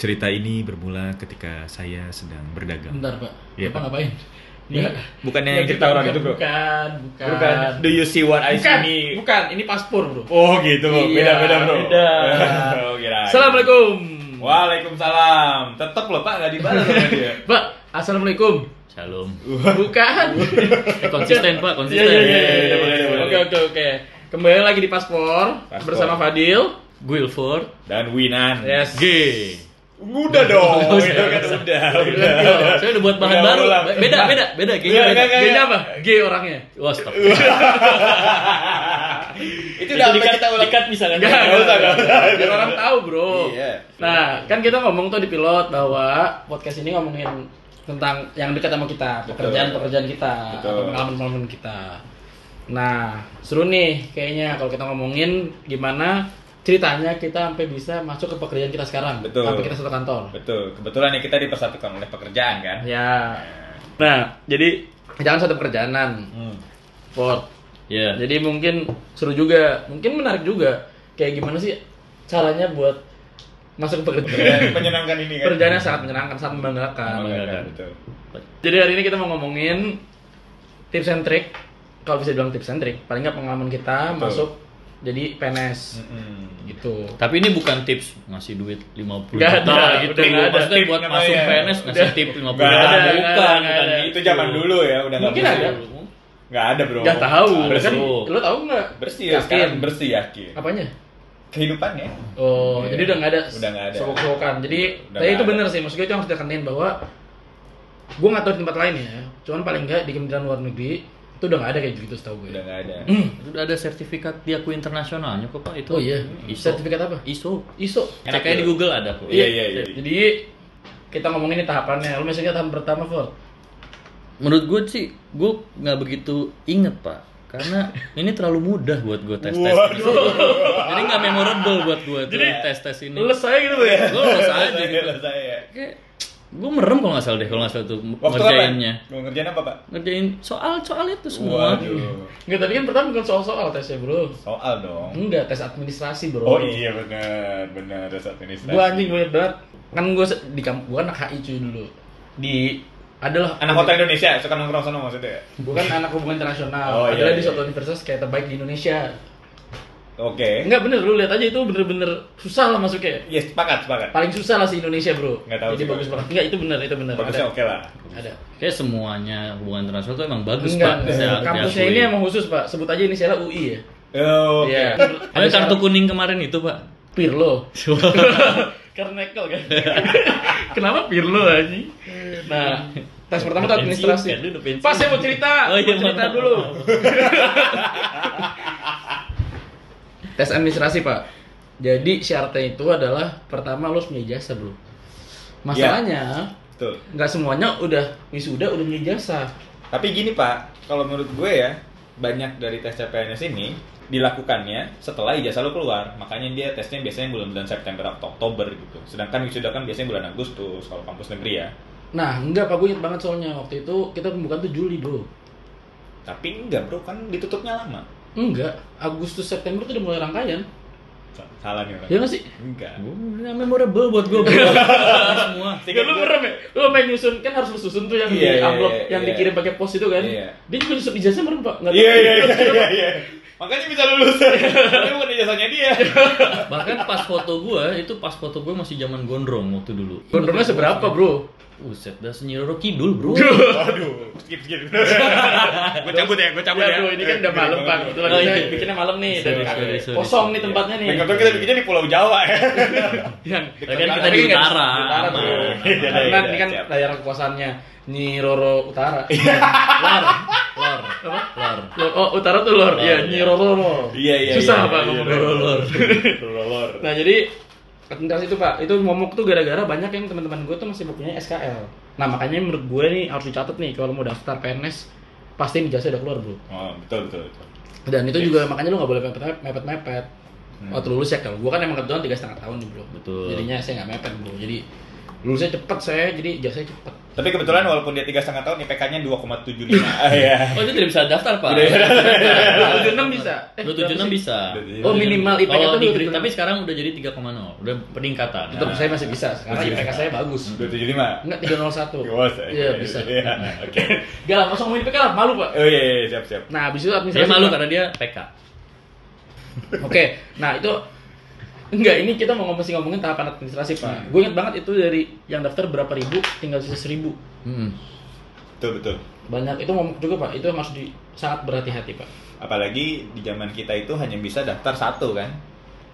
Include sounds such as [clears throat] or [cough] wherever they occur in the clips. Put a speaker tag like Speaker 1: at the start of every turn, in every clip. Speaker 1: Cerita ini bermula ketika saya sedang berdagang.
Speaker 2: Bentar pak,
Speaker 1: Iya,
Speaker 2: apa
Speaker 1: Pak. Iya.
Speaker 2: ngapain?
Speaker 1: Ini
Speaker 2: Nggak.
Speaker 1: bukannya
Speaker 2: Nggak,
Speaker 1: cerita orang itu, Bro.
Speaker 2: Bukan, bukan.
Speaker 1: Bukan. Do you see what I see
Speaker 2: Bukan,
Speaker 1: me?
Speaker 2: bukan. Ini paspor bro.
Speaker 1: Oh gitu,
Speaker 2: Iya,
Speaker 1: beda-beda bro.
Speaker 2: beda.
Speaker 1: [laughs] Oh, kirain.
Speaker 2: Assalamualaikum.
Speaker 1: Waalaikumsalam. Tetap loh pak, nggak dibalas sama dia.
Speaker 2: Pak, assalamualaikum.
Speaker 3: Shalom.
Speaker 1: [laughs]
Speaker 2: Bukan.
Speaker 3: Eh, konsisten Pak, konsisten.
Speaker 2: Iya iya iya.
Speaker 1: iya, iya, boleh, boleh.
Speaker 2: Oke oke oke. Kembali lagi di paspor,
Speaker 1: Paspor.
Speaker 2: bersama Fadil.
Speaker 3: Guilford
Speaker 1: Dan Winan.
Speaker 2: Yes. Iya.
Speaker 3: G.
Speaker 1: Udah dong.
Speaker 3: Udah,
Speaker 1: Udah, kan, udah, udah.
Speaker 3: Saya udah buat bahan
Speaker 1: Udah,
Speaker 3: baru.
Speaker 1: ulang.
Speaker 3: Beda, beda, beda. Kayaknya
Speaker 1: Iya,
Speaker 3: beda.
Speaker 1: Nggak,
Speaker 2: Gini
Speaker 1: nggak.
Speaker 2: apa? G orangnya.
Speaker 3: Wah, stop.
Speaker 1: Itu udah apa
Speaker 3: dikat,
Speaker 1: kita ulang.
Speaker 3: dikat misalnya.
Speaker 2: Enggak,
Speaker 1: Nggak usah, nggak usah.
Speaker 2: Biar orang tahu, Bro.
Speaker 1: Iya.
Speaker 2: Nah, kan kita ngomong tuh di pilot bahwa podcast ini ngomongin tentang yang dekat sama kita, pekerjaan-pekerjaan kita,
Speaker 1: Betul.
Speaker 2: atau pengalaman-pengalaman kita. Nah, seru nih kayaknya kalau kita ngomongin gimana ceritanya kita sampai bisa masuk ke pekerjaan kita sekarang,
Speaker 1: Betul.
Speaker 2: sampai kita satu kantor.
Speaker 1: Betul. Kebetulan ya kita dipersatukan oleh pekerjaan kan.
Speaker 2: Ya. Nah, jadi jangan satu pekerjaanan,
Speaker 1: Hmm.
Speaker 2: Ford.
Speaker 3: Iya.
Speaker 2: Jadi mungkin seru juga, mungkin menarik juga. Kayak gimana sih caranya buat masuk
Speaker 1: Iya,
Speaker 2: ke pekerjaan?
Speaker 1: Menyenangkan ini kan.
Speaker 2: Pekerjaannya sangat menyenangkan, sangat membanggakan.
Speaker 1: Menyenangkan, Betul.
Speaker 2: Jadi hari ini kita mau ngomongin tips and trick. Kalau bisa dibilang tips and trick, paling nggak pengalaman kita
Speaker 1: Betul.
Speaker 2: masuk jadi PNS
Speaker 1: Mm-mm.
Speaker 2: gitu.
Speaker 3: Tapi ini bukan tips ngasih duit 50
Speaker 2: Nggak
Speaker 3: juta
Speaker 2: ada,
Speaker 3: gitu.
Speaker 2: udah nggak ada.
Speaker 3: Maksudnya buat
Speaker 1: Namanya.
Speaker 3: masuk PNS ngasih
Speaker 2: Udah.
Speaker 3: tip 50
Speaker 1: Nggak
Speaker 3: juta.
Speaker 1: ada,
Speaker 2: nggak
Speaker 3: Bukan,
Speaker 2: ada,
Speaker 3: bukan
Speaker 2: nggak ada.
Speaker 3: gitu.
Speaker 1: Itu zaman dulu ya, udah nggak
Speaker 2: Mungkin
Speaker 1: bersih.
Speaker 2: ada.
Speaker 1: Nggak ada bro.
Speaker 2: Nggak tahu,
Speaker 1: Bersih.
Speaker 2: kan? Lo tahu nggak?
Speaker 1: Bersih ya,
Speaker 2: Yakin?
Speaker 1: sekarang bersih yakin.
Speaker 2: Apanya?
Speaker 1: Kehidupannya.
Speaker 2: Oh,
Speaker 1: Iya.
Speaker 2: jadi udah nggak ada,
Speaker 1: Udah nggak ada.
Speaker 2: sokok-sokokan. Jadi,
Speaker 1: Udah
Speaker 2: tapi
Speaker 1: nggak
Speaker 2: itu
Speaker 1: ada.
Speaker 2: bener sih. Maksudnya itu harus ditekenin bahwa gue nggak tahu di tempat lain ya. Cuman paling nggak di Kementerian Luar Negeri itu udah nggak ada kayak gitu setahu gue.
Speaker 1: Udah nggak ada.
Speaker 3: Itu udah ada sertifikat diakui internasionalnya kok Pak itu.
Speaker 2: [clears throat] Oh iya.
Speaker 3: ISO.
Speaker 2: Sertifikat apa?
Speaker 3: ISO.
Speaker 2: ISO.
Speaker 3: Cek ya. aja di Google ada kok.
Speaker 1: Hmm. ya. Iya, iya, iya.
Speaker 2: Jadi kita ngomongin ini tahapannya. Lu misalnya tahap pertama, Ford.
Speaker 3: Menurut gue sih, gue nggak begitu inget pak, karena ini terlalu mudah buat gue tes tes. ini. Jadi nggak memorable buat gue tuh tes tes
Speaker 1: Hmm.
Speaker 3: ini. Gue
Speaker 2: Leles aja gitu ya.
Speaker 3: lolos aja.
Speaker 1: Saya selesai ya.
Speaker 3: Kayak gue merem kalau nggak salah deh kalau nggak salah tuh
Speaker 1: Waktu
Speaker 3: ngerjainnya,
Speaker 1: apa? Mau ngerjain apa, Pak?
Speaker 3: ngerjain soal soal itu semua.
Speaker 1: Waduh.
Speaker 2: Enggak, tapi kan pertama bukan soal-soal tesnya, Bro.
Speaker 1: Soal dong.
Speaker 2: Enggak, tes administrasi, Bro.
Speaker 1: Oh iya benar, benar dasar administrasi.
Speaker 2: Gua anjing banyak banget. Kan gua se- di kamp gua anak HI cuy dulu. Di adalah
Speaker 1: Anak kota Indonesia suka nongkrong sono maksudnya. ya?
Speaker 2: bukan kan anak hubungan internasional.
Speaker 1: Oh, iya,
Speaker 2: adalah di
Speaker 1: iya.
Speaker 2: suatu universitas kayak terbaik di Indonesia.
Speaker 1: Oke.
Speaker 2: Enggak bener lu lihat aja itu bener-bener susah lah masuknya.
Speaker 1: Iya, sepakat, sepakat.
Speaker 2: Paling susah lah si Indonesia, Bro.
Speaker 1: Nggak tahu
Speaker 2: Jadi
Speaker 1: sih, ya,
Speaker 2: bagus
Speaker 1: Bro.
Speaker 2: banget. Enggak, itu bener, itu bener.
Speaker 1: Bagusnya
Speaker 2: Ada.
Speaker 1: oke lah.
Speaker 2: Ada.
Speaker 3: Kayak semuanya hubungan internasional tuh emang bagus
Speaker 2: Enggak,
Speaker 1: Iya,
Speaker 3: pak.
Speaker 2: enggak. kampusnya ini emang khusus pak. Sebut aja ini saya UI ya.
Speaker 1: Oh, Oke.
Speaker 2: Iya.
Speaker 3: Ada
Speaker 2: kartu
Speaker 3: kartu kuning kemarin itu pak.
Speaker 2: Pirlo. Karnekel kan. [laughs] Kenapa Pirlo anjing? Nah, tes pertama tuh administrasi.
Speaker 3: Pensiun, kan? Lu udah pensiun.
Speaker 2: Pas saya mau cerita,
Speaker 3: Oh, iya,
Speaker 2: mau cerita
Speaker 3: maaf,
Speaker 2: dulu.
Speaker 3: maaf,
Speaker 2: [laughs] tes administrasi pak. Jadi syaratnya itu adalah pertama lo harus punya ijazah bro. Masalahnya
Speaker 1: Betul.
Speaker 2: nggak semuanya udah wisuda udah punya ijazah.
Speaker 1: Tapi gini, Pak, kalau menurut gue ya, banyak dari tes CPNS ini dilakukannya setelah ijazah lo keluar. Makanya dia tesnya biasanya bulan-bulan September atau Oktober gitu. Sedangkan wisuda kan biasanya bulan Agustus kalau kampus negeri ya.
Speaker 2: Nah, enggak Pak, gue inget banget soalnya waktu itu kita pembukaan tuh Juli, Bro.
Speaker 1: Tapi enggak, Bro, kan ditutupnya lama.
Speaker 2: Enggak, Agustus September tuh udah mulai rangkaian.
Speaker 1: Sa- Salah nih orang.
Speaker 2: Ya nggak sih?
Speaker 1: Enggak.
Speaker 3: Gua- memorable buat gue. semua.
Speaker 1: kan
Speaker 2: Ya lu merem ya? Lu main nyusun, kan harus lu susun tuh yang
Speaker 1: Iya,
Speaker 2: di
Speaker 1: iya,
Speaker 2: amplop,
Speaker 1: iya,
Speaker 2: yang
Speaker 1: iya.
Speaker 2: dikirim pakai pos itu kan
Speaker 1: Iya.
Speaker 2: Dia juga nyusun ijazah merem pak Nggak tahu.
Speaker 1: Iya iya iya iya iya. Makanya bisa
Speaker 2: [laughs]
Speaker 1: lulus. Tapi bukan ijazahnya dia.
Speaker 3: Bahkan pas foto gue itu pas foto gue masih zaman gondrong waktu dulu.
Speaker 2: Gondrongnya seberapa bro?
Speaker 3: Buset, dah senyiroro kidul bro.
Speaker 1: Waduh, skip skip. gue cabut ya, gue cabut ya. Eh,
Speaker 2: Ya bro, ini kan udah malam pak Itu lagi
Speaker 3: Oh,
Speaker 2: kita
Speaker 3: iya.
Speaker 2: bikinnya malam nih dan
Speaker 3: Sorry, sorry, sorry,
Speaker 2: Kosong
Speaker 3: sorry.
Speaker 2: nih tempatnya nih
Speaker 1: Nah, kita bikinnya di Pulau Jawa ya.
Speaker 2: Yang
Speaker 3: Ya kan kita di
Speaker 2: Tapi nggak-
Speaker 3: utara,
Speaker 2: di utara, bro.
Speaker 3: aman.
Speaker 1: Iya, iya,
Speaker 2: Karena
Speaker 1: iya,
Speaker 2: ini kan
Speaker 1: siap.
Speaker 2: daerah kekuasaannya Nyi Roro Utara
Speaker 3: Lor,
Speaker 2: [laughs]
Speaker 3: lor, lor.
Speaker 2: Lor- Oh utara tuh lor, ya
Speaker 3: iya.
Speaker 2: Nyi Roro
Speaker 1: Iya iya. iya,
Speaker 2: Susah pak
Speaker 1: iya,
Speaker 2: ngomongnya
Speaker 1: iya.
Speaker 3: Lor.
Speaker 1: Lor.
Speaker 2: Nah jadi administrasi itu pak, itu momok tuh gara-gara banyak yang teman-teman gue tuh masih mempunyai SKL. Nah makanya menurut gue nih harus dicatat nih kalau mau daftar PNS pasti ijazah udah keluar bro.
Speaker 1: Oh, betul betul. betul.
Speaker 2: Dan itu juga makanya lu nggak boleh mepet- mepet-mepet.
Speaker 1: Hmm.
Speaker 2: Waktu lulus ya kalau gue kan emang kebetulan tiga setengah tahun nih bro.
Speaker 3: Betul.
Speaker 2: Jadinya saya nggak mepet bro. Jadi lulusnya cepet saya, jadi ijazahnya cepet.
Speaker 1: Tapi kebetulan walaupun dia tiga setengah tahun IPK-nya 2,75. [laughs] Ah, Iya.
Speaker 3: Oh itu tidak bisa daftar pak.
Speaker 1: Tidak bisa.
Speaker 2: 276 bisa. Eh,
Speaker 3: Dua tujuh enam bisa.
Speaker 2: Oh, minimal IPK
Speaker 3: Kalau
Speaker 2: tuh
Speaker 3: di grade-
Speaker 2: 276.
Speaker 3: tapi sekarang udah jadi 3,0. Udah peningkatan.
Speaker 2: Tetap saya masih bisa. Karena
Speaker 1: Masih
Speaker 2: IPK saya bagus.
Speaker 1: 275.
Speaker 2: Enggak
Speaker 1: [laughs]
Speaker 2: 301.
Speaker 1: Gawas, eh.
Speaker 2: Iya, bisa.
Speaker 1: Iya, Oke.
Speaker 2: Gak lah, langsung ngomongin IPK lah, malu, Pak.
Speaker 1: Oh iya, iya, iya, siap siap.
Speaker 2: Nah, habis itu administrasi.
Speaker 3: Dia Iya, malu
Speaker 2: Pak.
Speaker 3: karena dia PK.
Speaker 2: Oke. Nah, itu Enggak, ini kita mau ngomong ngomongin tahapan administrasi, Pak. Gue inget banget itu dari yang daftar berapa ribu, tinggal sisa seribu.
Speaker 3: Hmm.
Speaker 1: Betul betul.
Speaker 2: Banyak itu ngomong juga, Pak. Itu yang harus di sangat berhati-hati, Pak.
Speaker 1: Apalagi di zaman kita itu hanya bisa daftar satu kan.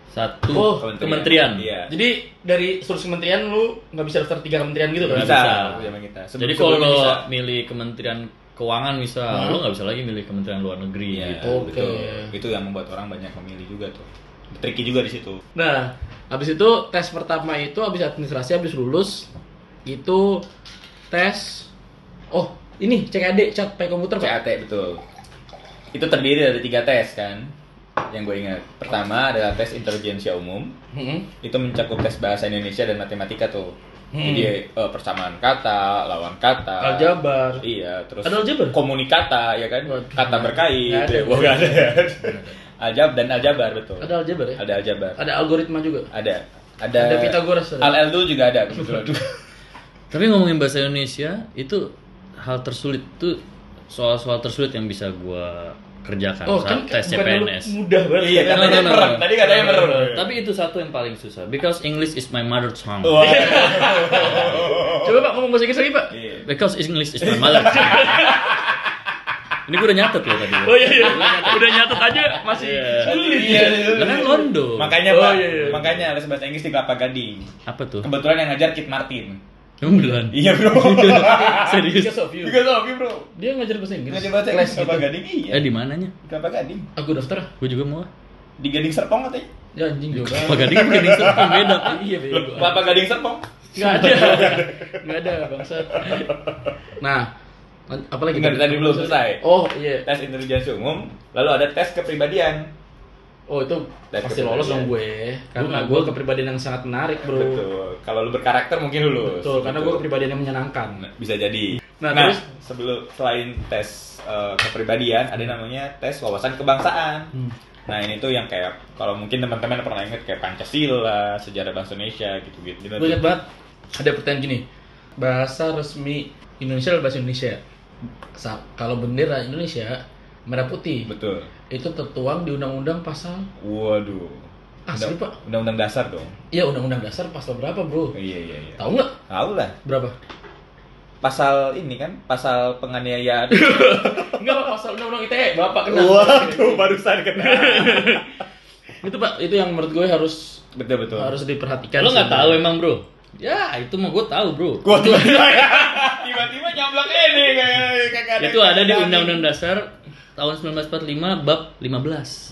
Speaker 3: Satu
Speaker 2: Oh,
Speaker 1: kementerian.
Speaker 3: kementerian.
Speaker 1: Iya.
Speaker 2: Jadi dari seluruh kementerian lu nggak bisa daftar tiga kementerian gitu kan?
Speaker 3: Nggak
Speaker 1: Bisa,
Speaker 3: bisa.
Speaker 1: waktu zaman kita. Sebelum-
Speaker 3: Jadi kalau
Speaker 1: sebelum
Speaker 3: lo
Speaker 1: bisa.
Speaker 3: milih kementerian keuangan bisa,
Speaker 2: Hmm.
Speaker 3: lo nggak bisa lagi milih kementerian luar negeri
Speaker 1: Iya,
Speaker 3: gitu.
Speaker 2: Oke.
Speaker 1: betul. Itu yang membuat orang banyak memilih juga tuh. Tricky juga di situ.
Speaker 2: Nah, habis itu tes pertama itu habis administrasi habis lulus itu tes oh ini CKD cat pakai komputer pak
Speaker 1: CAT betul. Itu terdiri dari tiga tes kan, yang gue ingat. Pertama adalah tes intelijensia umum,
Speaker 2: Hmm.
Speaker 1: itu mencakup tes bahasa Indonesia dan matematika tuh.
Speaker 2: Hmm.
Speaker 1: Jadi eh, persamaan kata, lawan kata.
Speaker 2: aljabar
Speaker 1: Iya, terus
Speaker 2: Ada aljabar?
Speaker 1: komunikata ya kan,
Speaker 2: Waduh.
Speaker 1: kata berkait.
Speaker 2: Nggak ada.
Speaker 1: ya. Wah, nggak ada. ya. Aljab dan aljabar betul.
Speaker 2: ada aljabar ya
Speaker 1: Ada aljabar.
Speaker 2: ada algoritma juga
Speaker 1: Ada. Ada.
Speaker 2: ada Pitagoras ada.
Speaker 1: Al dulu juga ada kebetulan.
Speaker 3: Tapi ngomongin bahasa Indonesia itu hal tersulit itu soal-soal tersulit yang bisa gua kerjakan
Speaker 2: oh
Speaker 3: saat
Speaker 2: kan
Speaker 3: tes
Speaker 2: bukan lu
Speaker 3: CPNS.
Speaker 2: [laughs] mudah banget
Speaker 1: Iya,
Speaker 3: No,
Speaker 1: katanya
Speaker 3: no, no,
Speaker 1: merem.
Speaker 3: no.
Speaker 1: Tadi katanya merem.
Speaker 3: Tapi itu satu yang paling susah because English is my mother tongue.
Speaker 1: Wah.
Speaker 2: Iya. coba pak ngomong bahasa Inggris lagi pak
Speaker 1: Iya.
Speaker 3: Because English is my mother tongue. Ini gue udah nyatet loh tadi.
Speaker 2: oh iya iya [laughs] udah nyatet aja masih sulit
Speaker 1: Iya, iya,
Speaker 3: Lah kan
Speaker 1: iya.
Speaker 3: Londo.
Speaker 1: Makanya
Speaker 2: Oh,
Speaker 1: Pak,
Speaker 2: iya, iya.
Speaker 1: makanya les bahasa Inggris di Kelapa Gading.
Speaker 3: Apa tuh?
Speaker 1: Kebetulan yang ngajar Kit
Speaker 2: [laughs]
Speaker 1: Martin.
Speaker 3: Emang beneran?
Speaker 1: Iya bro.
Speaker 2: Because
Speaker 3: [laughs] Serius?
Speaker 2: of you.
Speaker 1: Juga tapi bro.
Speaker 2: dia ngajar bahasa Inggris
Speaker 1: Ngajar bahasa Inggris
Speaker 2: Kelas
Speaker 1: Kelapa
Speaker 2: gitu.
Speaker 1: Gading iya.
Speaker 3: Eh di mananya?
Speaker 1: Di Kelapa Gading.
Speaker 2: aku daftar ah.
Speaker 3: Gue juga mau. ah.
Speaker 1: Di Gading Serpong katanya.
Speaker 2: ya anjing juga
Speaker 3: Kelapa Gading bukan di Serpong beda. Pak.
Speaker 2: iya
Speaker 1: Loh,
Speaker 2: bego
Speaker 1: Kelapa Gading Serpong.
Speaker 2: Nggak ada. Nggak ada, bangsa. Nah, lan- apalagi
Speaker 1: Nggak, tadi belum selesai.
Speaker 2: Oh, iya.
Speaker 1: Tes intelijensi umum, lalu ada tes kepribadian.
Speaker 2: Oh, itu
Speaker 1: Tes
Speaker 2: pasti lolos dong
Speaker 1: kepribadian.
Speaker 2: gue.
Speaker 3: Gua-
Speaker 2: Karena gue
Speaker 3: gua-
Speaker 2: kepribadian yang sangat menarik, Bro. Betul.
Speaker 1: Betul. Kalau lu berkarakter mungkin lulus.
Speaker 2: karena gue kepribadian yang menyenangkan.
Speaker 1: bisa jadi.
Speaker 2: Nah,
Speaker 1: Nah,
Speaker 2: terus?
Speaker 1: sebelum selain tes eh, kepribadian, ada namanya tes wawasan kebangsaan.
Speaker 2: Hmm.
Speaker 1: Nah, ini tuh yang kayak kalau mungkin teman-teman pernah ingat kayak Pancasila, sejarah bahasa Indonesia gitu-gitu. Gitu.
Speaker 2: Gue ingat banget ada pertanyaan gini. Bahasa resmi Indonesia adalah bahasa Indonesia. Sa- Kalau bendera Indonesia merah putih
Speaker 1: Betul.
Speaker 2: itu tertuang di undang-undang pasal
Speaker 1: Waduh.
Speaker 2: Asli,
Speaker 1: Undang-
Speaker 2: Pak.
Speaker 1: Undang-undang dasar dong.
Speaker 2: ya undang-undang dasar pasal berapa,
Speaker 1: Oh,
Speaker 2: Bro?
Speaker 1: iya iya iya.
Speaker 2: Tahu nggak?
Speaker 1: Tahu lah.
Speaker 2: Berapa?
Speaker 1: Pasal ini kan, pasal [laughs] penganiayaan.
Speaker 2: Enggak, Pak, pasal undang-undang ITE. Bapak kena.
Speaker 1: Waduh, barusan kena.
Speaker 2: itu pak itu yang menurut gue harus
Speaker 1: betul betul.
Speaker 2: harus diperhatikan
Speaker 3: Lo nggak
Speaker 2: sih.
Speaker 3: tahu emang bro? Ya itu mah gue tahu bro.
Speaker 1: Gua tiba-tiba tiba-tiba nyablak ini kayak kakak.
Speaker 3: Itu ada di Undang-Undang Dasar tahun 1945 bab 15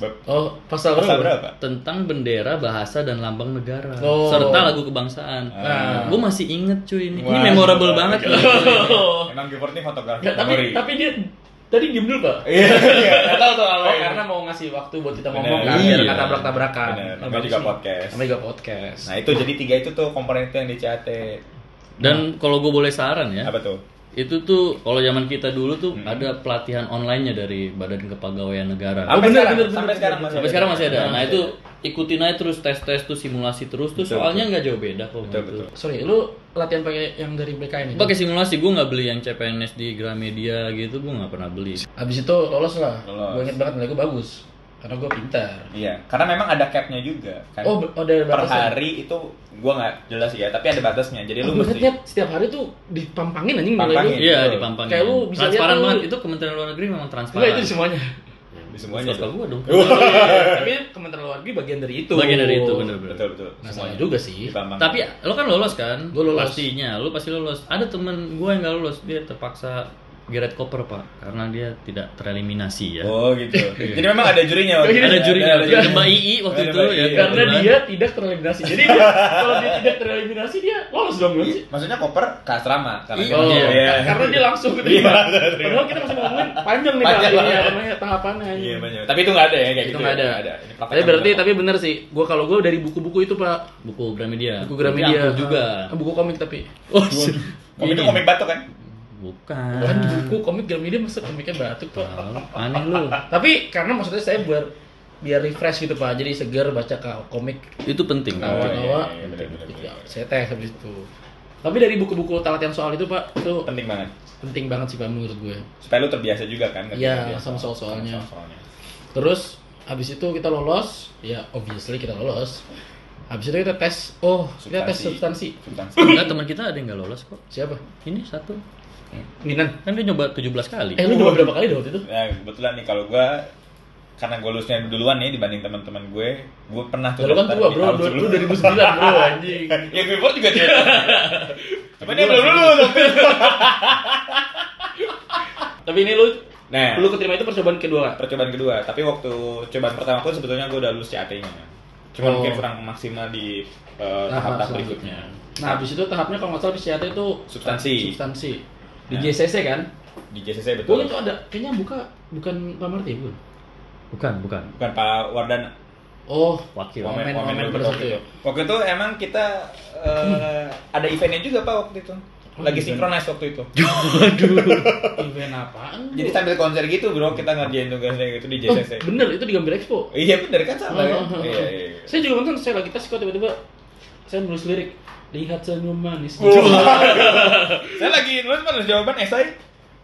Speaker 1: Bab-
Speaker 2: oh pasal,
Speaker 1: Pasal
Speaker 2: berapa
Speaker 1: berapa?
Speaker 3: tentang bendera, bahasa dan lambang negara
Speaker 2: Oh.
Speaker 3: serta lagu kebangsaan.
Speaker 2: Ah.
Speaker 3: Gue masih inget cuy ini.
Speaker 1: Wah,
Speaker 3: ini memorable
Speaker 1: gila.
Speaker 3: banget.
Speaker 1: Gila.
Speaker 3: loh.
Speaker 1: Emang Gifford ini fotografi
Speaker 2: Nggak, tapi
Speaker 1: memori.
Speaker 2: tapi dia tadi diem dulu pak
Speaker 1: Iya, iya.
Speaker 2: Nggak tahu tuh kalau
Speaker 1: Oh,
Speaker 2: karena mau ngasih waktu buat kita
Speaker 1: Bener,
Speaker 2: ngomong kan
Speaker 1: iya.
Speaker 2: biar nggak tabrak tabrakan
Speaker 3: Kan,
Speaker 1: Bener, namanya juga podcast.
Speaker 2: namanya juga podcast
Speaker 1: Nah itu jadi tiga itu tuh komponen itu yang di CAT.
Speaker 3: Dan kalau gue boleh saran ya,
Speaker 1: Apa tuh?
Speaker 3: itu tuh kalau zaman kita dulu tuh
Speaker 1: Hmm.
Speaker 3: ada pelatihan online-nya dari Badan Kepegawaian Negara.
Speaker 1: Sampai
Speaker 2: bener,
Speaker 1: sekarang,
Speaker 2: bener, bener,
Speaker 1: sampai sekarang
Speaker 2: bener.
Speaker 1: masih
Speaker 3: Sampai sekarang masih ada. Nah
Speaker 1: Masih
Speaker 3: itu ikutin aja terus tes-tes tuh simulasi terus tuh
Speaker 1: Betul,
Speaker 3: soalnya nggak jauh beda kok.
Speaker 1: Betul, betul.
Speaker 3: gitu.
Speaker 2: sorry lu latihan pakai yang dari BKN itu
Speaker 3: Iya. Pakai simulasi gue nggak beli yang CPNS di Gramedia gitu gue nggak pernah beli.
Speaker 2: abis itu lolos lah
Speaker 1: Lolos.
Speaker 2: gue inget banget nilai gue bagus karena gue pintar
Speaker 1: Iya, karena memang ada capnya juga kan.
Speaker 2: oh be- oh dari
Speaker 1: per
Speaker 2: batasnya.
Speaker 1: hari itu gua nggak jelas ya, tapi ada batasnya. Jadi
Speaker 2: Oh,
Speaker 1: lu
Speaker 2: berarti
Speaker 1: mesti
Speaker 2: tiap- setiap hari tuh dipampangin anjing nilai lu
Speaker 1: Pampangin.
Speaker 3: Iya
Speaker 1: betul.
Speaker 3: di Pampang.
Speaker 2: Kayak lu bisa
Speaker 3: transparan
Speaker 2: lihat tuh.
Speaker 3: banget itu Kementerian Luar Negeri memang transparan.
Speaker 2: Enggak itu di semuanya
Speaker 1: di semuanya.
Speaker 3: Suka
Speaker 1: dong.
Speaker 3: gua dong.
Speaker 2: tapi Kementerian Luar Negeri bagian dari itu
Speaker 3: Bagian dari itu bener-bener.
Speaker 1: Betul betul.
Speaker 2: Nah, salah juga sih.
Speaker 1: Dipambang.
Speaker 3: Tapi lo kan lolos kan?
Speaker 2: Gua lolos.
Speaker 3: Pastinya, lo pasti lolos. Ada temen gue yang gak lolos, dia terpaksa geret koper pak, karena dia tidak tereliminasi ya.
Speaker 1: Oh gitu. Jadi memang ada jurinya. waktu itu.
Speaker 3: [laughs] Ada jurinya,
Speaker 1: ada
Speaker 3: ada Mbak Ii waktu
Speaker 1: Ada
Speaker 3: itu
Speaker 1: Mbak
Speaker 3: ya
Speaker 1: Ii,
Speaker 3: kan?
Speaker 2: Karena
Speaker 3: Beneran.
Speaker 2: dia tidak tereliminasi. Jadi dia- kalau dia tidak tereliminasi dia lolos dong lolos.
Speaker 1: Iya, Maksudnya koper ke asrama karena
Speaker 3: Iya.
Speaker 2: Oh,
Speaker 1: Iya.
Speaker 2: karena dia langsung keterima. Padahal kita masih ngomongin panjang nih Pak,
Speaker 1: Panjang
Speaker 2: ini
Speaker 1: banget.
Speaker 2: apa namanya tahapannya.
Speaker 1: Iya, banyak. Tapi itu nggak ada ya kayak
Speaker 2: Itu
Speaker 1: gitu.
Speaker 2: nggak
Speaker 1: ya?
Speaker 2: ada.
Speaker 1: Nggak Ini praktek
Speaker 2: Tapi berarti
Speaker 1: yang
Speaker 2: tapi bener sih. Gua kalau gua dari buku-buku itu Pak,
Speaker 3: Buku Gramedia.
Speaker 2: buku
Speaker 3: Tapi
Speaker 2: Gramedia
Speaker 3: ampuh Iya, juga. [laughs]
Speaker 2: Ah, Buku komik tapi.
Speaker 3: Oh,
Speaker 1: Komik itu
Speaker 3: Ini.
Speaker 1: komik batuk kan?
Speaker 3: Bukan.
Speaker 2: Kan buku komik dalam ini masuk komiknya batuk kok.
Speaker 3: Tahu. Aneh lu.
Speaker 2: Tapi karena maksudnya saya buat biar refresh gitu Pak. Jadi segar baca ka- komik
Speaker 3: Itu
Speaker 1: Oh,
Speaker 3: penting. penting.
Speaker 1: iya,
Speaker 2: awal-awal.
Speaker 1: iya, bener, bener, bener.
Speaker 2: Ya, Saya tes habis itu. Tapi dari buku-buku talatian soal itu Pak, itu
Speaker 1: Penting banget.
Speaker 2: penting banget sih Pak menurut gue.
Speaker 1: Supaya lu terbiasa juga kan? ngerti
Speaker 2: Iya,
Speaker 1: terbiasa.
Speaker 2: sama soal-soalnya.
Speaker 1: Sama soal-soalnya.
Speaker 2: Terus habis itu kita lolos, ya obviously kita lolos. Habis itu kita tes, oh kita tes substansi.
Speaker 1: Substansi.
Speaker 3: Enggak, teman kita ada yang nggak lolos kok.
Speaker 2: Siapa?
Speaker 3: Ini satu.
Speaker 2: Ninan.
Speaker 3: Kan dia nyoba 17 kali.
Speaker 2: Eh lu udah berapa kali dah waktu itu?
Speaker 1: Nah, kebetulan nih kalau gue karena gue lulusnya duluan nih dibanding teman-teman gue, gue pernah
Speaker 2: Ya lu kan
Speaker 1: daftar
Speaker 2: tua
Speaker 1: di
Speaker 2: bro,
Speaker 1: tahun
Speaker 2: lu lu
Speaker 1: sebelum.
Speaker 2: 2009 bro anjing.
Speaker 1: [laughs] Ya gue buat juga
Speaker 2: [laughs]
Speaker 1: dia. Cuma dia belum lulus.
Speaker 2: Tapi ini lu
Speaker 1: Nah,
Speaker 2: lu keterima itu percobaan kedua. Kak?
Speaker 1: percobaan kedua, tapi waktu cobaan pertama pun sebetulnya gue udah lulus CAT-nya. Cuma
Speaker 2: Oh.
Speaker 1: mungkin kurang maksimal di eh, tahap-tahap
Speaker 2: Tahap selanjutnya.
Speaker 1: berikutnya.
Speaker 2: Nah, habis itu tahapnya kalau nggak salah di CAT itu
Speaker 1: Ah. Substansi.
Speaker 2: Substansi. Di
Speaker 1: Nah.
Speaker 2: JCC kan?
Speaker 1: Di JCC
Speaker 2: Gue
Speaker 1: betul.
Speaker 2: itu ada kayaknya buka bukan Pak ya, Marti bukan?
Speaker 3: Bukan, bukan.
Speaker 1: Bukan Pak Wardana.
Speaker 2: Oh,
Speaker 3: Wakil.
Speaker 2: Wamen.
Speaker 1: Wamen waktu
Speaker 2: pada satu
Speaker 1: itu.
Speaker 2: ya?
Speaker 1: Waktu itu emang kita eh, ada eventnya juga pak waktu itu. Lagi
Speaker 2: event.
Speaker 1: sinkronis waktu itu. [laughs]
Speaker 2: event apaan?
Speaker 1: Jadi
Speaker 2: bro?
Speaker 1: sambil konser gitu bro, kita ngerjain tugasnya gitu di JCC.
Speaker 2: oh, bener itu di Gambir Expo.
Speaker 1: Iya bener kan sama
Speaker 2: [laughs]
Speaker 1: kan?
Speaker 2: Oh.
Speaker 1: Iya iya. iya.
Speaker 2: Saya juga nonton, saya lagi tes kok tiba-tiba saya nulis lirik lihat senyum manis.
Speaker 1: Oh, iya. Saya lagi nulis pada jawaban esai.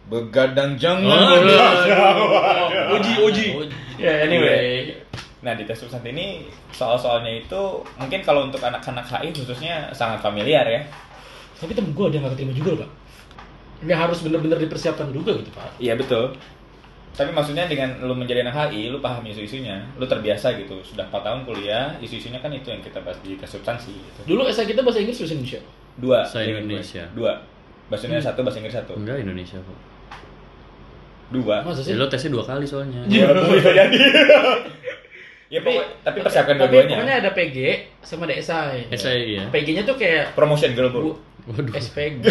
Speaker 1: Begadang
Speaker 3: Oh,
Speaker 1: jangan.
Speaker 3: iya.
Speaker 1: [laughs] Uji uji.
Speaker 2: Ya anyway,
Speaker 1: Nah di tes pusat ini soal-soalnya itu mungkin kalau untuk anak-anak HI khususnya sangat familiar ya.
Speaker 2: tapi temen gue ada yang gak keterima juga loh pak. Ini harus bener-bener dipersiapkan juga gitu pak.
Speaker 1: Iya betul. Tapi maksudnya dengan lu menjadi anak HI, lu paham isu-isunya, lu terbiasa gitu. Sudah 4 tahun kuliah, isu-isunya kan itu yang kita bahas di tes substansi gitu.
Speaker 2: Dulu esai kita bahasa Inggris bahasa Indonesia.
Speaker 1: Dua.
Speaker 3: Bahasa
Speaker 1: dengan gue.
Speaker 3: Indonesia. Hmm.
Speaker 1: Dua. Bahasa Indonesia satu, bahasa Inggris satu.
Speaker 3: Enggak Indonesia kok.
Speaker 1: Dua.
Speaker 2: Masa sih?
Speaker 3: Ya, lo tesnya dua kali soalnya.
Speaker 2: Iya.
Speaker 1: bisa jadi. ya, pokoknya, tapi persiapkan
Speaker 2: tapi pokoknya
Speaker 1: dua-duanya.
Speaker 2: ada PG sama ada esai.
Speaker 3: Eh saya iya.
Speaker 2: PG-nya tuh kayak
Speaker 1: Promotion girl bro.
Speaker 2: bu,
Speaker 3: Waduh.
Speaker 2: SPG.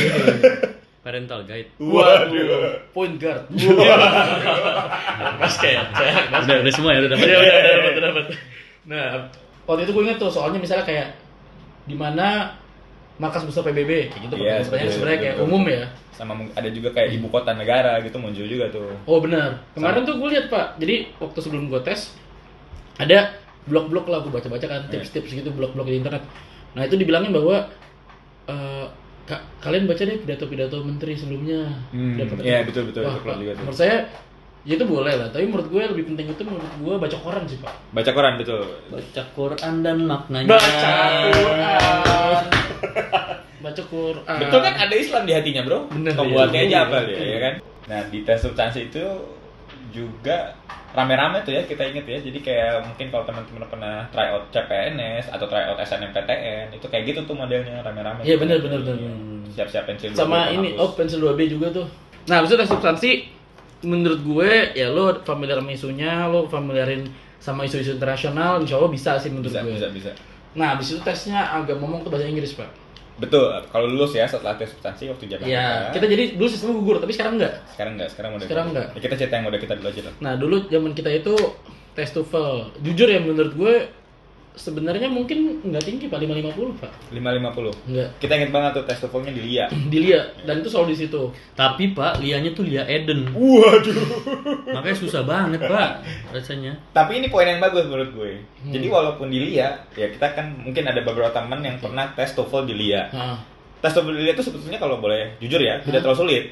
Speaker 3: [laughs] Parental guide.
Speaker 1: Waduh.
Speaker 2: Point
Speaker 1: [laughs]
Speaker 2: guard. Waduh. Basket. Saya basket.
Speaker 3: Udah, udah semua ya udah dapat.
Speaker 2: Iya, udah, udah dapat, udah dapat. Nah, waktu itu gue inget tuh soalnya misalnya kayak di mana markas besar PBB kayak gitu
Speaker 1: Iya,
Speaker 2: pertanyaan
Speaker 1: betul,
Speaker 2: sebenarnya
Speaker 1: betul,
Speaker 2: kayak
Speaker 1: betul.
Speaker 2: umum ya.
Speaker 1: Sama mung- ada juga kayak ibu kota negara gitu muncul juga tuh.
Speaker 2: Oh benar. Kemarin tuh gue lihat Pak. Jadi waktu sebelum gue tes ada blog-blog lah gue baca-baca kan
Speaker 1: Iya.
Speaker 2: tips-tips gitu blog-blog di internet. Nah itu dibilangin bahwa eh, ka- kalian baca deh pidato-pidato menteri sebelumnya.
Speaker 1: Hmm,
Speaker 2: Pidato-pidato.
Speaker 1: iya, betul, betul,
Speaker 2: Wah,
Speaker 1: itu keluar
Speaker 2: Pak,
Speaker 1: juga tuh.
Speaker 2: menurut saya ya itu boleh lah. Tapi menurut gue lebih penting itu menurut gue baca koran sih Pak.
Speaker 1: Baca koran betul.
Speaker 3: Baca Quran dan maknanya.
Speaker 2: Baca Quran. Baca Quran.
Speaker 1: Betul kan ada Islam di hatinya bro.
Speaker 2: Bener,
Speaker 1: Pembuatnya
Speaker 2: iya.
Speaker 1: aja apa dia, ya kan? Nah di tes substansi itu juga rame-rame tuh ya kita inget ya. Jadi kayak mungkin kalau teman-teman pernah try out CPNS atau try out SNMPTN itu kayak gitu tuh modelnya rame-rame.
Speaker 2: Iya, bener, bener, bener.
Speaker 1: Siap-siap pensil.
Speaker 2: sama
Speaker 1: dulu,
Speaker 2: ini
Speaker 1: penghapus.
Speaker 2: oh pensil 2B juga tuh nah maksudnya substansi menurut gue ya lo familiar sama isunya lo familiarin sama isu-isu internasional insya Allah bisa sih menurut
Speaker 1: bisa
Speaker 2: gue
Speaker 1: bisa bisa.
Speaker 2: nah abis itu tesnya agak ngomong tuh bahasa Inggris pak
Speaker 1: Betul. Kalau lulus ya setelah tes substansi waktu Jakarta.
Speaker 2: Iya, kita jadi dulu sistemnya gugur tapi sekarang enggak
Speaker 1: sekarang enggak, sekarang udah.
Speaker 2: Sekarang nggak.
Speaker 1: Ya, kita cerita yang udah kita dulu aja lah.
Speaker 2: nah dulu zaman kita itu tes TOEFL jujur ya menurut gue sebenarnya mungkin nggak tinggi pak 550 pak
Speaker 1: 550.
Speaker 2: nggak
Speaker 1: Kita inget banget tuh tes toefl di LIA.
Speaker 2: dilihat dan itu selalu di situ
Speaker 3: Tapi Pak, liannya tuh Lia Eden.
Speaker 1: Waduh.
Speaker 3: Makanya susah banget, Pak, rasanya.
Speaker 1: Tapi ini poin yang bagus menurut gue.
Speaker 2: Hmm.
Speaker 1: Jadi walaupun di LIA, ya kita kan mungkin ada beberapa teman yang pernah tes TOEFL di LIA.
Speaker 2: nah,
Speaker 1: Tes TOEFL di LIA itu sebetulnya kalau boleh jujur ya, tidak terlalu sulit.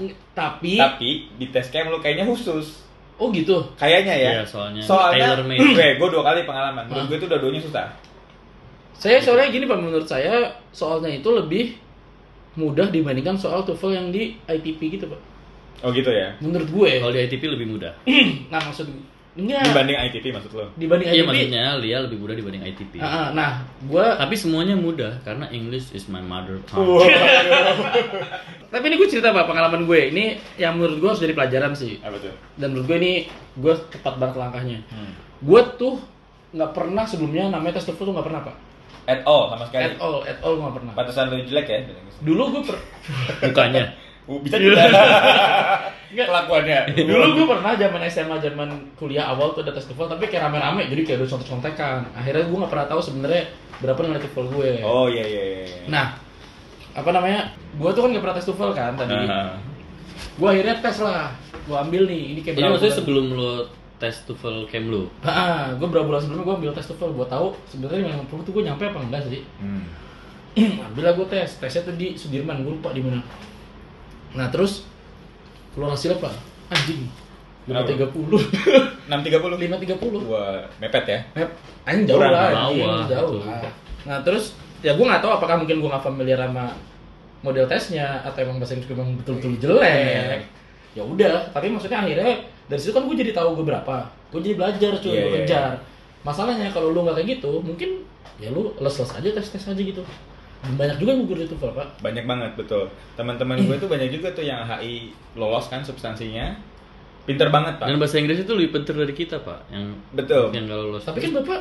Speaker 2: n- tapi
Speaker 1: Tapi di tes camp lu kayaknya khusus.
Speaker 2: oh gitu
Speaker 1: Kayaknya ya.
Speaker 3: Iya, soalnya
Speaker 1: Soalnya, [clears throat] Iya.
Speaker 3: tailor-made.
Speaker 1: gue, gue dua kali pengalaman. Menurut
Speaker 2: Hah?
Speaker 1: gue itu dua-duanya susah.
Speaker 2: Saya soalnya gini Pak, menurut saya soalnya itu lebih mudah dibandingkan soal TOEFL yang di ITP gitu Pak.
Speaker 1: Oh gitu ya.
Speaker 2: Menurut gue.
Speaker 3: Kalau di ITP lebih mudah.
Speaker 2: [clears throat] Nah maksud gue. Enggak.
Speaker 1: Dibanding ITP maksud lo.
Speaker 2: Dibanding ITP.
Speaker 3: Iya, maksudnya Lia lebih mudah dibanding ITP.
Speaker 2: Ah, ah, Nah, gue.
Speaker 3: Tapi semuanya mudah karena English is my mother tongue.
Speaker 1: Waduh.
Speaker 2: Tapi ini gue cerita Pak pengalaman gue. Ini yang menurut gue harus jadi pelajaran sih.
Speaker 1: Apa tuh?
Speaker 2: Dan menurut gue ini gue tepat banget langkahnya.
Speaker 1: Hmm.
Speaker 2: Gue tuh nggak pernah sebelumnya namanya tes TOEFL tuh nggak pernah Pak.
Speaker 1: At all sama sekali.
Speaker 2: At all, at all nggak pernah.
Speaker 1: Pantesan lu jelek ya.
Speaker 2: Dulu gue per,
Speaker 3: Bukannya.
Speaker 1: Uh, bisa [laughs] juga.
Speaker 2: Nggak.
Speaker 1: Kelakuannya.
Speaker 2: Dulu gue pernah zaman SMA, zaman kuliah awal tuh ada tes TOEFL tapi kayak rame-rame jadi kayak udah contek-contekan. Akhirnya gue nggak pernah tahu sebenarnya berapa nilai TOEFL gue.
Speaker 1: Oh iya iya iya.
Speaker 2: Nah, apa namanya gua tuh kan nggak pernah tes TOEFL kan tadi
Speaker 1: Nah,
Speaker 2: gua akhirnya tes lah gua ambil nih ini kayak
Speaker 3: Jadi
Speaker 2: berapa
Speaker 3: Iya, maksudnya
Speaker 2: bulan-
Speaker 3: sebelum lo tes TOEFL cam lu.
Speaker 2: ah gua berapa bulan sebelumnya gua ambil tes TOEFL gua tahu sebenarnya 50 tuh gua nyampe apa enggak sih
Speaker 1: hmm.
Speaker 2: ambil lah gua tes tesnya tuh di Sudirman gua lupa di mana nah terus keluar hasilnya apa anjing lima
Speaker 1: Kenapa?
Speaker 2: tiga puluh [laughs]
Speaker 1: 630
Speaker 2: lima tiga puluh
Speaker 1: Wah, mepet ya.
Speaker 2: Map, anjing jauh
Speaker 1: Kurang
Speaker 2: lah, anjing,
Speaker 3: bawah,
Speaker 2: jauh
Speaker 3: gitu.
Speaker 2: lah. Nah terus ya gue nggak tahu apakah mungkin gue nggak familiar sama model tesnya atau emang bahasa Inggris gue emang betul-betul
Speaker 1: Iya. Bener.
Speaker 2: jelek. Ya udah, tapi maksudnya akhirnya dari situ kan gue jadi tahu gue berapa. Gue jadi belajar cuy,
Speaker 1: Iya,
Speaker 2: gue
Speaker 1: iya,
Speaker 2: kejar. Masalahnya kalau lu nggak kayak gitu, mungkin ya lu les-les aja tes-tes aja gitu. Banyak juga yang gugur di TOEFL, Pak.
Speaker 1: Banyak banget, betul. Teman-teman gue tuh banyak juga tuh yang HI lolos kan substansinya. Pinter banget, Pak.
Speaker 3: Dan bahasa Inggris itu lebih pinter dari kita, Pak. Yang
Speaker 1: Betul.
Speaker 3: yang kalau lo
Speaker 2: Tapi kan Bapak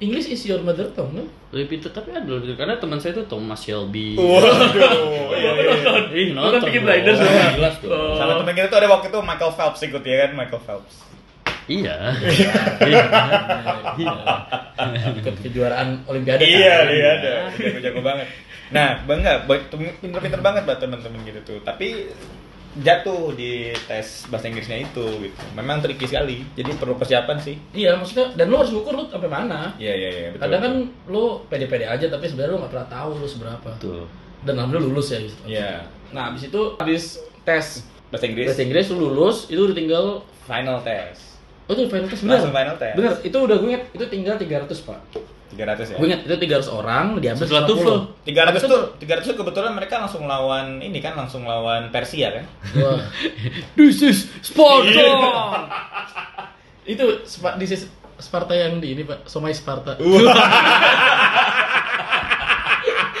Speaker 2: English is your mother tongue, kan?
Speaker 3: lebih pinter tapi ada loh. karena teman saya itu Thomas Shelby.
Speaker 1: Waduh.
Speaker 3: Ih,
Speaker 2: Lo kan
Speaker 3: nonton.
Speaker 2: bikin
Speaker 3: dong.
Speaker 2: blinders, Bang.
Speaker 3: Wah, Jelas dong.
Speaker 2: Oh.
Speaker 1: Sama teman kita tuh ada waktu itu Michael Phelps ikut ya kan, Michael Phelps.
Speaker 2: [laughs]
Speaker 3: Iya. Iya. Iya.
Speaker 2: Ikut kejuaraan Olimpiade. kan?
Speaker 1: Iya, iya ada. Jago-jago banget. Nah, bangga, ba- tem- pinter-pinter banget lah teman-teman gitu tuh. Tapi jatuh di tes bahasa Inggrisnya itu gitu. Memang tricky sekali. Jadi perlu persiapan sih.
Speaker 2: Iya, maksudnya dan lu harus ukur lu sampai mana.
Speaker 1: Iya, iya, iya, betul.
Speaker 2: Kadang kan lu pede-pede aja tapi sebenarnya lu gak pernah tahu lu seberapa.
Speaker 3: Betul.
Speaker 2: Dan alhamdulillah lulus ya. abis itu.
Speaker 1: Iya.
Speaker 2: Nah, abis itu habis tes
Speaker 1: Bahasa Inggris.
Speaker 2: bahasa Inggris lu lulus, itu udah tinggal
Speaker 1: Final test.
Speaker 2: Oh itu final test bener?
Speaker 1: Langsung final test.
Speaker 2: Bener, itu udah gue inget, itu tinggal 300 pak
Speaker 1: 300 ya.
Speaker 2: Gue inget, itu 300 orang, diambil
Speaker 3: Setelah
Speaker 2: 90.
Speaker 3: TOEFL.
Speaker 1: 300 tuh, 300 tuh kebetulan mereka langsung lawan ini kan langsung lawan
Speaker 2: [laughs]
Speaker 1: Persia kan.
Speaker 2: Wah.
Speaker 1: [laughs]
Speaker 3: This is Sparta.
Speaker 2: [laughs] itu Spa- di sis- Sparta yang di ini pak, Somai Sparta [laughs]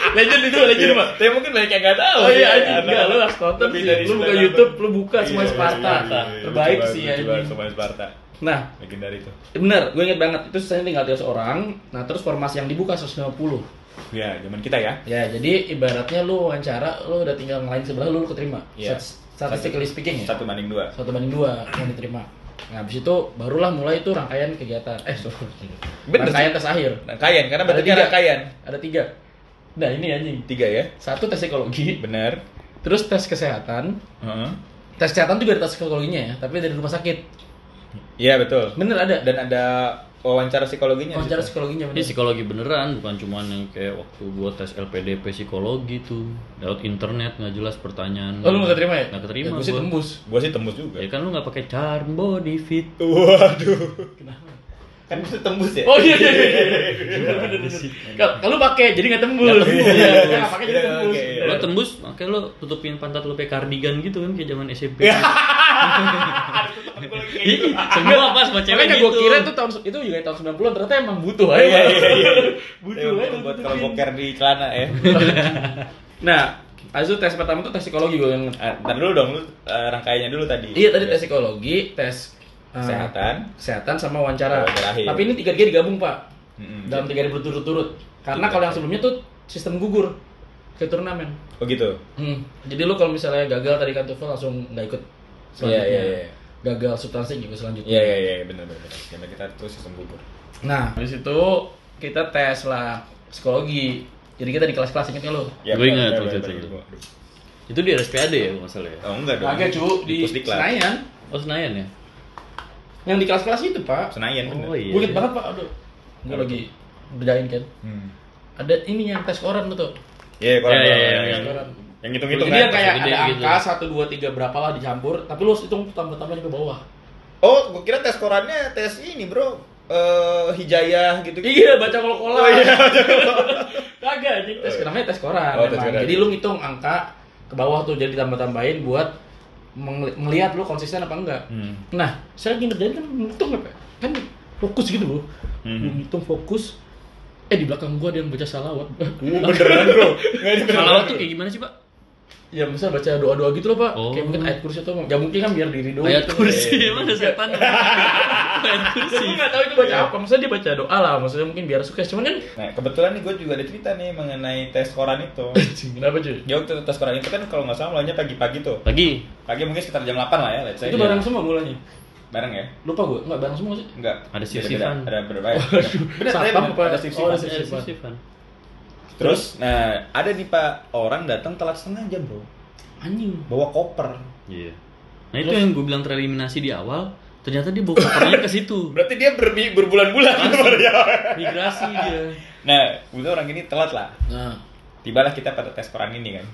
Speaker 2: Legend itu, legend pak
Speaker 1: Tapi Ya, mungkin banyak yang nggak tahu.
Speaker 2: Iya, Oh iya,
Speaker 1: ya,
Speaker 2: anjing.
Speaker 1: karena
Speaker 2: Enggak, lu harus nonton
Speaker 1: lebih
Speaker 2: sih.
Speaker 1: dari
Speaker 2: Lu buka
Speaker 1: 98.
Speaker 2: YouTube, lu buka semua
Speaker 1: Iya, iya,
Speaker 2: Sparta.
Speaker 1: iya, iya, iya.
Speaker 2: Terbaik
Speaker 1: Lucu
Speaker 2: sih,
Speaker 1: banget, lucu
Speaker 2: anjing.
Speaker 1: banget Semua Sparta.
Speaker 2: Nah,
Speaker 1: Legendar itu.
Speaker 2: Bener, gue inget banget. Itu sisanya tinggal 300 orang. Nah, terus formasi yang dibuka 150.
Speaker 1: Ya, zaman kita ya.
Speaker 2: Ya, jadi ibaratnya lu wawancara, lu udah tinggal ngelain sebelah lu, lu keterima.
Speaker 1: Iya.
Speaker 2: Stat- Statistically speaking ya.
Speaker 1: Satu banding dua.
Speaker 2: Satu banding dua yang diterima. Nah, habis itu barulah mulai itu rangkaian kegiatan. Eh, sorry.
Speaker 1: Bener.
Speaker 2: Rangkaian tes akhir.
Speaker 1: Rangkaian, Nah, karena
Speaker 2: Ada
Speaker 1: bentuknya
Speaker 2: tiga.
Speaker 1: rangkaian.
Speaker 2: Ada tiga. Nah, ini anjing.
Speaker 1: Tiga ya.
Speaker 2: Satu tes psikologi,
Speaker 1: Bener.
Speaker 2: terus tes kesehatan.
Speaker 1: Heeh.
Speaker 2: Tes kesehatan juga ada tes psikologinya ya, tapi dari rumah sakit.
Speaker 1: Iya betul.
Speaker 2: Bener ada. Iya,
Speaker 1: Dan ada wawancara Oh, psikologinya. di
Speaker 2: Wawancara
Speaker 1: situ.
Speaker 2: psikologinya
Speaker 3: Ini
Speaker 2: bener.
Speaker 3: psikologi beneran, bukan cuman yang kayak waktu gua tes LPDP psikologi tuh. Lewat internet nggak jelas pertanyaan.
Speaker 2: Oh, lu gak keterima ya?
Speaker 3: Nggak keterima.
Speaker 2: Ya, gue sih
Speaker 3: gua.
Speaker 2: tembus.
Speaker 1: Gua sih tembus juga.
Speaker 3: Ya
Speaker 2: Iya.
Speaker 3: kan lu nggak pakai charm body fit.
Speaker 2: Oh,
Speaker 1: Waduh.
Speaker 2: Kenapa?
Speaker 1: Kan bisa tembus ya.
Speaker 2: Oh iya iya iya. iya. Bener, bener. Kalau- Kalau pakai jadi nggak tembus.
Speaker 3: Nggak tembus.
Speaker 2: Iya, nggak pakai jadi
Speaker 1: Iya,
Speaker 2: tembus.
Speaker 1: oke, iya.
Speaker 3: Lo tembus, makanya lo tutupin pantat lo pakai kardigan gitu kan kayak zaman SMP.
Speaker 2: [laughs]
Speaker 3: Ih, Iya, Semua pas sama
Speaker 2: gitu.
Speaker 3: cewek
Speaker 2: Makanya
Speaker 3: gitu.
Speaker 2: gue kira itu tahun itu juga tahun 90-an ternyata emang butuh aja.
Speaker 1: Iya, iya, iya.
Speaker 2: [laughs] Butuh
Speaker 1: Yang
Speaker 2: aja.
Speaker 1: buat
Speaker 2: tutupin.
Speaker 1: kalau boker di celana
Speaker 2: [laughs]
Speaker 1: ya.
Speaker 2: Nah, habis itu tes pertama tuh tes psikologi gue yang
Speaker 1: Ah, Ntar dulu dong, lu eh, rangkaiannya dulu tadi.
Speaker 2: Iya tadi tes psikologi, tes eh,
Speaker 1: Kesehatan.
Speaker 2: kesehatan sama wawancara.
Speaker 1: Wawancara akhir. Hmm.
Speaker 2: Tapi ini tiga-tiga digabung, Pak.
Speaker 1: Mm-mm.
Speaker 2: Dalam tiga hari berturut-turut. Karena
Speaker 1: Iya.
Speaker 2: kalau yang sebelumnya tuh sistem gugur ke turnamen.
Speaker 1: Oh gitu.
Speaker 2: Hmm. Jadi lu kalau misalnya gagal tadi kan TOEFL langsung nggak ikut selanjutnya.
Speaker 1: Iya, iya, iya.
Speaker 2: Gagal substansi juga selanjutnya.
Speaker 1: Iya iya iya benar benar. Karena kita tuh sistem gugur.
Speaker 2: Nah, dari situ kita tes lah psikologi. Jadi kita di kelas-kelas inget nggak lu?
Speaker 3: Gue
Speaker 1: Iya, benar,
Speaker 3: ingat
Speaker 1: benar,
Speaker 3: waktu
Speaker 1: benar,
Speaker 3: itu.
Speaker 1: benar.
Speaker 3: Itu di RSPAD ya kalau nggak salah ya.
Speaker 1: Oh enggak dong.
Speaker 2: Kagak cu di
Speaker 1: Pusdiklat.
Speaker 2: Senayan.
Speaker 3: Oh Senayan [laughs] ya.
Speaker 2: Yang di kelas-kelas itu pak.
Speaker 1: Senayan benar.
Speaker 3: Oh iya.
Speaker 2: Gue inget banget pak. Aduh, gue
Speaker 1: Apa
Speaker 2: lagi berjalan kan.
Speaker 1: Hmm.
Speaker 2: Ada ini yang tes koran lu tuh.
Speaker 1: Iya kalau
Speaker 3: Iya, iya,
Speaker 1: kalau-
Speaker 3: iya,
Speaker 1: yang-
Speaker 3: iya.
Speaker 2: Koran.
Speaker 1: yang hitung-hitung
Speaker 2: Jadi yang
Speaker 1: kan.
Speaker 2: kayak ada
Speaker 3: gede gitu.
Speaker 2: angka satu dua tiga berapa lah dicampur. Tapi lu harus hitung tambah-tambahnya ke bawah.
Speaker 1: Oh, gue kira tes korannya tes ini, Bro. Eh hijayah gitu.
Speaker 2: [laughs] Iya, baca kol-kolan. [laughs] Kagak, anjing. tes namanya tes koran.
Speaker 1: Oh, tes
Speaker 2: memang.
Speaker 1: koran.
Speaker 2: Jadi lu ngitung angka ke bawah tuh jadi tambah-tambahin buat meng- melihat lu konsisten apa enggak.
Speaker 1: Hmm.
Speaker 2: Nah, saya lagi ngerjain kan ngitung apa? ya? Kan fokus gitu loh.
Speaker 1: Mhm.
Speaker 2: Lu ngitung fokus. Eh di belakang gua ada yang baca salawat.
Speaker 1: Uh, beneran, Bro. [laughs] Nggak ada beneran.
Speaker 3: Salawat tuh kayak gimana sih pak?
Speaker 2: ya misal baca doa-doa gitu loh, Pak.
Speaker 3: Oh.
Speaker 2: Kayak mungkin ayat kursi atau ya mungkin kan biar diri doang.
Speaker 3: Ayat
Speaker 1: Iya,
Speaker 2: [laughs]
Speaker 3: kursi
Speaker 1: iya.
Speaker 3: [laughs] mana setan? Ayat kursi.
Speaker 2: Gue nggak tahu itu
Speaker 3: Iya.
Speaker 2: baca apa. Maksudnya dia baca doa lah, maksudnya mungkin biar sukses. Cuman kan [laughs]
Speaker 1: Nah, kebetulan nih gue juga ada cerita nih mengenai tes koran
Speaker 2: [laughs]
Speaker 1: itu.
Speaker 2: kenapa cuy?
Speaker 1: Dia waktu tes koran itu kan kalau nggak salah mulainya pagi-pagi tuh.
Speaker 3: Pagi.
Speaker 1: Pagi mungkin sekitar jam 8 lah ya, let's say.
Speaker 2: Itu barang semua mulanya.
Speaker 1: Bareng ya?
Speaker 2: Lupa gue, nggak barang semua sih.
Speaker 1: Enggak.
Speaker 3: Ada
Speaker 1: Beda-beda.
Speaker 3: sif-sifan.
Speaker 1: Ada berapa? ya? Bener, saya
Speaker 2: Satpam
Speaker 1: bener. Ada
Speaker 2: apa? Oh,
Speaker 1: sif-sifan.
Speaker 2: ada sif-sifan.
Speaker 3: Sifan.
Speaker 1: Terus, nah ada nih pak orang datang telat setengah jam bro,
Speaker 2: Anjing.
Speaker 1: bawa koper.
Speaker 3: Iya. Nah itu yang gue bilang tereliminasi di awal, ternyata dia bawa kopernya ke situ. [laughs]
Speaker 1: Berarti dia bermi berbulan-bulan. [laughs]
Speaker 3: Migrasi dia.
Speaker 1: nah, kemudian orang ini telat lah.
Speaker 2: Iya. Nah,
Speaker 1: Tibalah kita pada tes orang ini kan.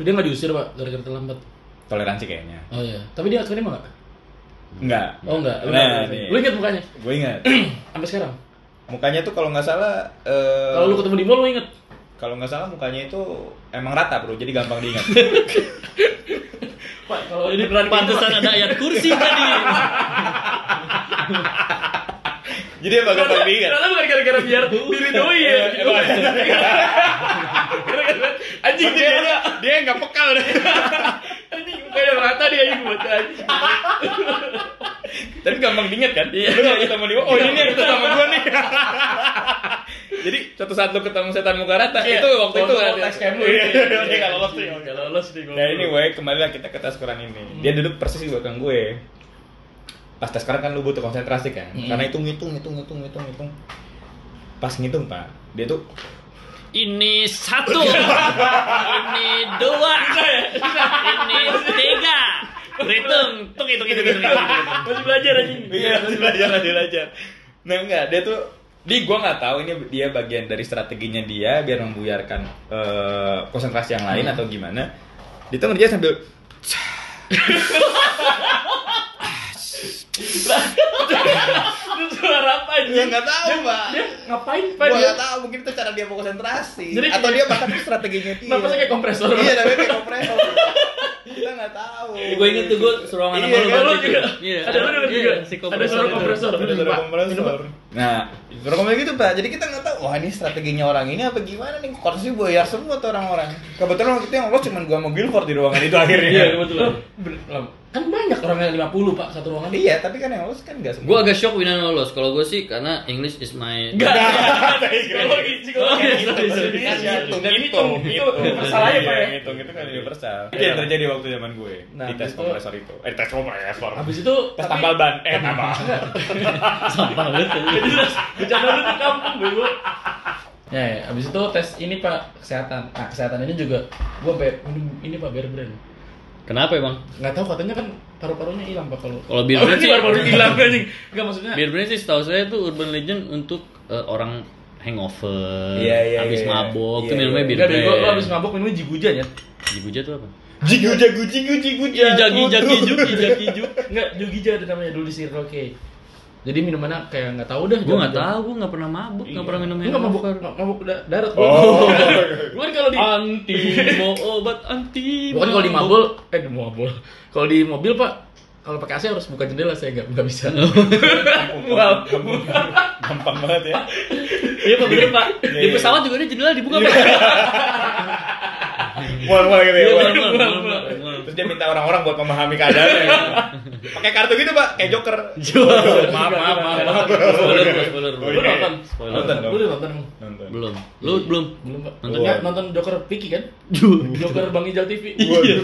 Speaker 2: dia nggak diusir pak gara-gara terlambat.
Speaker 1: Toleransi kayaknya.
Speaker 2: Oh iya. Tapi dia akhirnya nggak?
Speaker 1: Enggak.
Speaker 2: Oh enggak. Lu
Speaker 1: Nah,
Speaker 2: nggak-
Speaker 1: ini.
Speaker 2: Lu inget mukanya?
Speaker 1: Gue ingat. [clears throat]
Speaker 2: Sampai sekarang.
Speaker 1: Mukanya tuh kalau nggak salah. eh,
Speaker 2: Kalau lu ketemu di mall lu inget.
Speaker 1: kalau nggak salah mukanya itu emang rata bro, jadi gampang diingat. [laughs]
Speaker 2: Pak, kalau ini berani
Speaker 3: Pantesan ada ayat kursi tadi.
Speaker 1: jadi emang gampang diingat.
Speaker 2: Ternyata bukan gara-gara biar diridoi
Speaker 1: Iya,
Speaker 2: ya. Gara-gara- Anjing
Speaker 1: Berarti
Speaker 2: dia
Speaker 1: dia dia nggak peka udah.
Speaker 2: [laughs] anjing mukanya rata dia ini buat anjing.
Speaker 1: Tapi gampang diingat kan? Iya. Lu kalau ketemu dia, oh ini yang ketemu sama gue
Speaker 2: [laughs]
Speaker 1: nih. jadi suatu saat lu ketemu setan muka rata itu waktu itu
Speaker 2: Iya. Kalau
Speaker 1: ada-
Speaker 2: tes kamu.
Speaker 1: Iya, iya, iya,
Speaker 2: Kalau
Speaker 1: kalau
Speaker 2: lolos
Speaker 1: waktu
Speaker 2: nih.
Speaker 1: itu.
Speaker 2: Kalau lolos nih.
Speaker 1: Nah ini gue kembali lah kita ke tes koran ini. Dia duduk persis di belakang gue. Pas tes koran kan lu butuh konsentrasi kan,
Speaker 2: Hmm.
Speaker 1: karena hitung hitung hitung hitung hitung hitung. Pas ngitung pak, dia tuh
Speaker 3: Ini satu, ini dua, ini tiga. Berhitung, tung hitung hitung hitung. hitung, hitung.
Speaker 2: Masih belajar anjing.
Speaker 1: [laughs] Iya, masih belajar, masih belajar. Nah enggak, dia tuh di gua nggak tahu ini dia bagian dari strateginya dia biar membuyarkan eh, konsentrasi yang lain atau gimana. Dia tuh ngerjain sambil
Speaker 2: Itu suara apa
Speaker 1: ya
Speaker 2: anjing?
Speaker 1: nggak tahu pak.
Speaker 2: Dia ngapain Pak
Speaker 1: Gua
Speaker 2: dia?
Speaker 1: nggak tahu mungkin itu cara dia mau konsentrasi
Speaker 2: Jadi
Speaker 1: atau dia
Speaker 2: kayak-
Speaker 1: bahkan itu strateginya dia.
Speaker 2: Napasnya kayak kompresor.
Speaker 1: Iya, tapi kayak kompresor. Kita nggak tahu.
Speaker 3: Gue inget Iya, tuh gue seruangan
Speaker 1: Iya,
Speaker 3: sama
Speaker 1: kan?
Speaker 3: lu
Speaker 2: Lu
Speaker 3: waktu itu.
Speaker 2: juga.
Speaker 3: Iya,
Speaker 2: Ada lu denger
Speaker 3: iya,
Speaker 2: juga.
Speaker 3: si
Speaker 2: Ada
Speaker 3: kompresor
Speaker 2: suara
Speaker 3: itu.
Speaker 2: kompresor.
Speaker 1: Ada
Speaker 2: Minum,
Speaker 1: suara
Speaker 2: Pak. Minum, Pak.
Speaker 1: kompresor. Nah, suara kompresor gitu pak. Jadi kita nggak tahu. Wah ini strateginya orang ini apa gimana nih? Korsi boyar semua tuh orang-orang. Kebetulan waktu itu yang lolos cuma gua sama Guilford di ruangan itu akhirnya.
Speaker 3: Iya, kebetulan.
Speaker 2: Ber- Oh, lam- Kan banyak orang yang 50 pak satu ruangan.
Speaker 1: Iya, tapi kan yang lolos kan nggak semua.
Speaker 3: Gue agak shock Winan lolos. Kalau gue sih karena English is my
Speaker 2: Enggak.
Speaker 1: Psikologi,
Speaker 3: Oh, iya,
Speaker 2: psikologi.
Speaker 1: gitu. Iya, Hitung,
Speaker 2: Ini
Speaker 1: hitung,
Speaker 2: tuh, itu
Speaker 1: hitung.
Speaker 2: masalahnya pak
Speaker 1: gitu.
Speaker 2: ya.
Speaker 1: Iya, Hitung itu kan universal. Itu yang terjadi waktu zaman gue
Speaker 2: Nah,
Speaker 1: di tes
Speaker 2: itu-
Speaker 1: kompresor itu. Eh, tes kompresor.
Speaker 2: Habis itu
Speaker 1: Tes
Speaker 2: tapi-
Speaker 1: tambal ban. Eh, tambal.
Speaker 3: [laughs] sampah betul.
Speaker 2: Jadi terus bercanda lu tuh kampung bego. Ya, ya, abis itu tes ini pak kesehatan. Nah kesehatan ini juga gua be- minum ini pak bear brand.
Speaker 3: Kenapa emang?
Speaker 2: Nggak tahu katanya kan paru-parunya hilang pak kalau.
Speaker 3: Kalau Bear
Speaker 2: ini
Speaker 3: Brand sih-
Speaker 2: paru-paru hilang anjing. Enggak maksudnya.
Speaker 3: Beer brand sih setahu saya tuh urban legend untuk eh, orang hangover,
Speaker 1: Iya, iya, iya.
Speaker 3: habis
Speaker 1: Iya,
Speaker 3: mabok, tuh minumnya
Speaker 1: iya.
Speaker 3: beer
Speaker 2: Enggak
Speaker 3: brand.
Speaker 2: bego, lu abis mabok minumnya jibuja ya.
Speaker 3: Jibuja tuh apa?
Speaker 1: Jigu jagu jigu jigu
Speaker 3: Ijagi jagi juk, ijagi juk.
Speaker 2: Enggak, jugija ada namanya dulu di Circle K. Jadi minumannya kayak nggak tahu dah.
Speaker 3: Gue nggak tahu, gue nggak pernah mabuk, nggak pernah minum
Speaker 2: Enggak mabuk,
Speaker 3: hangover.
Speaker 2: nggak mabuk da- darat. [laughs]
Speaker 1: Oh.
Speaker 2: Gue kan kalau di
Speaker 3: Anti mau obat anti.
Speaker 2: Bukan kalau di mabul, eh di mabul. Kalau di mobil pak, kalau pakai AC harus buka jendela saya nggak nggak bisa. Wow.
Speaker 1: Gampang banget ya.
Speaker 3: Iya pak bener pak.
Speaker 1: Iya,
Speaker 3: Di
Speaker 1: iya.
Speaker 3: pesawat juga dia jendela dibuka pak.
Speaker 1: Mual-mual gitu ya.
Speaker 3: Iya,
Speaker 1: mual.
Speaker 3: mual, mual, mual, mual.
Speaker 1: Terus dia minta orang-orang buat memahami keadaannya. Pakai kartu gitu, Pak. Kayak joker.
Speaker 2: [laughs]
Speaker 1: Maaf, maaf, maaf. maaf.
Speaker 3: Spoiler, spoiler,
Speaker 1: Oh,
Speaker 2: Lu
Speaker 1: iya.
Speaker 2: nonton?
Speaker 3: Spoiler.
Speaker 1: Nonton dong.
Speaker 2: Lu udah nonton emang?
Speaker 1: Nonton.
Speaker 3: Belum, lu belum.
Speaker 2: Belum pak.
Speaker 3: Nonton.
Speaker 2: Nontonnya nonton Joker Vicky kan? Joker Bang Ijal TV.
Speaker 1: Iya.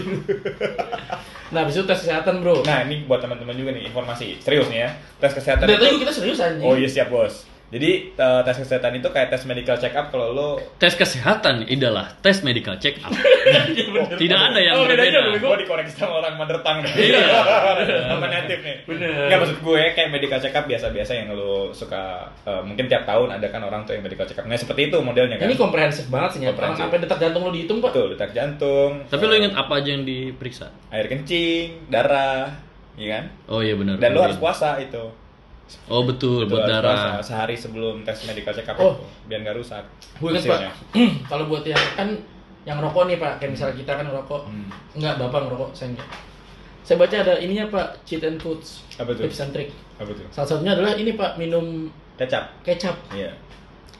Speaker 2: Nah, habis itu tes kesehatan bro.
Speaker 1: Nah, ini buat teman-teman juga nih informasi. Serius nih ya. Tes kesehatan.
Speaker 2: Dari Nah, tadi
Speaker 1: itu-
Speaker 2: kita serius anjing.
Speaker 1: Oh iya, siap, Bos. Jadi, eh, tes kesehatan itu kayak tes medical check up kalau lo
Speaker 3: Tes kesehatan idalah tes medical check up.
Speaker 2: [laughs] Iya, bener.
Speaker 3: Tidak ada yang
Speaker 2: Oh, bedanya
Speaker 3: berbeda.
Speaker 2: bego.
Speaker 1: gue dikoreksi sama orang Madertang
Speaker 3: Iya.
Speaker 1: sama native nih
Speaker 2: Bener.
Speaker 1: nggak maksud gue ya, kayak medical check up biasa-biasa yang lo suka eh, mungkin tiap tahun ada kan orang tuh yang medical check up nah seperti itu modelnya kan
Speaker 2: Ini komprehensif banget sih ya. Orang
Speaker 1: Komprehensif.
Speaker 2: sampai detak jantung lo dihitung pak.
Speaker 1: betul detak jantung
Speaker 3: Tapi lu inget apa aja yang diperiksa?
Speaker 1: air kencing darah ya kan
Speaker 3: Oh iya benar.
Speaker 1: dan lo harus puasa itu
Speaker 3: Oh betul,
Speaker 1: Lo
Speaker 3: buat
Speaker 1: harus
Speaker 3: darah.
Speaker 1: puasa sehari sebelum tes medical check up
Speaker 2: Oh.
Speaker 1: itu biar nggak rusak
Speaker 2: Gue inget pak. [clears throat]
Speaker 1: hasilnya.
Speaker 2: Kalau buat yang kan yang rokok nih pak, kayak misalnya kita kan rokok,
Speaker 1: Hmm.
Speaker 2: Enggak, bapak ngerokok, saya enggak. Saya baca ada ininya Pak, cheat and foods.
Speaker 1: Apa tuh?
Speaker 2: Tips and trick.
Speaker 1: apa tuh
Speaker 2: Salah satunya adalah ini Pak, minum
Speaker 1: kecap
Speaker 2: kecap.
Speaker 1: iya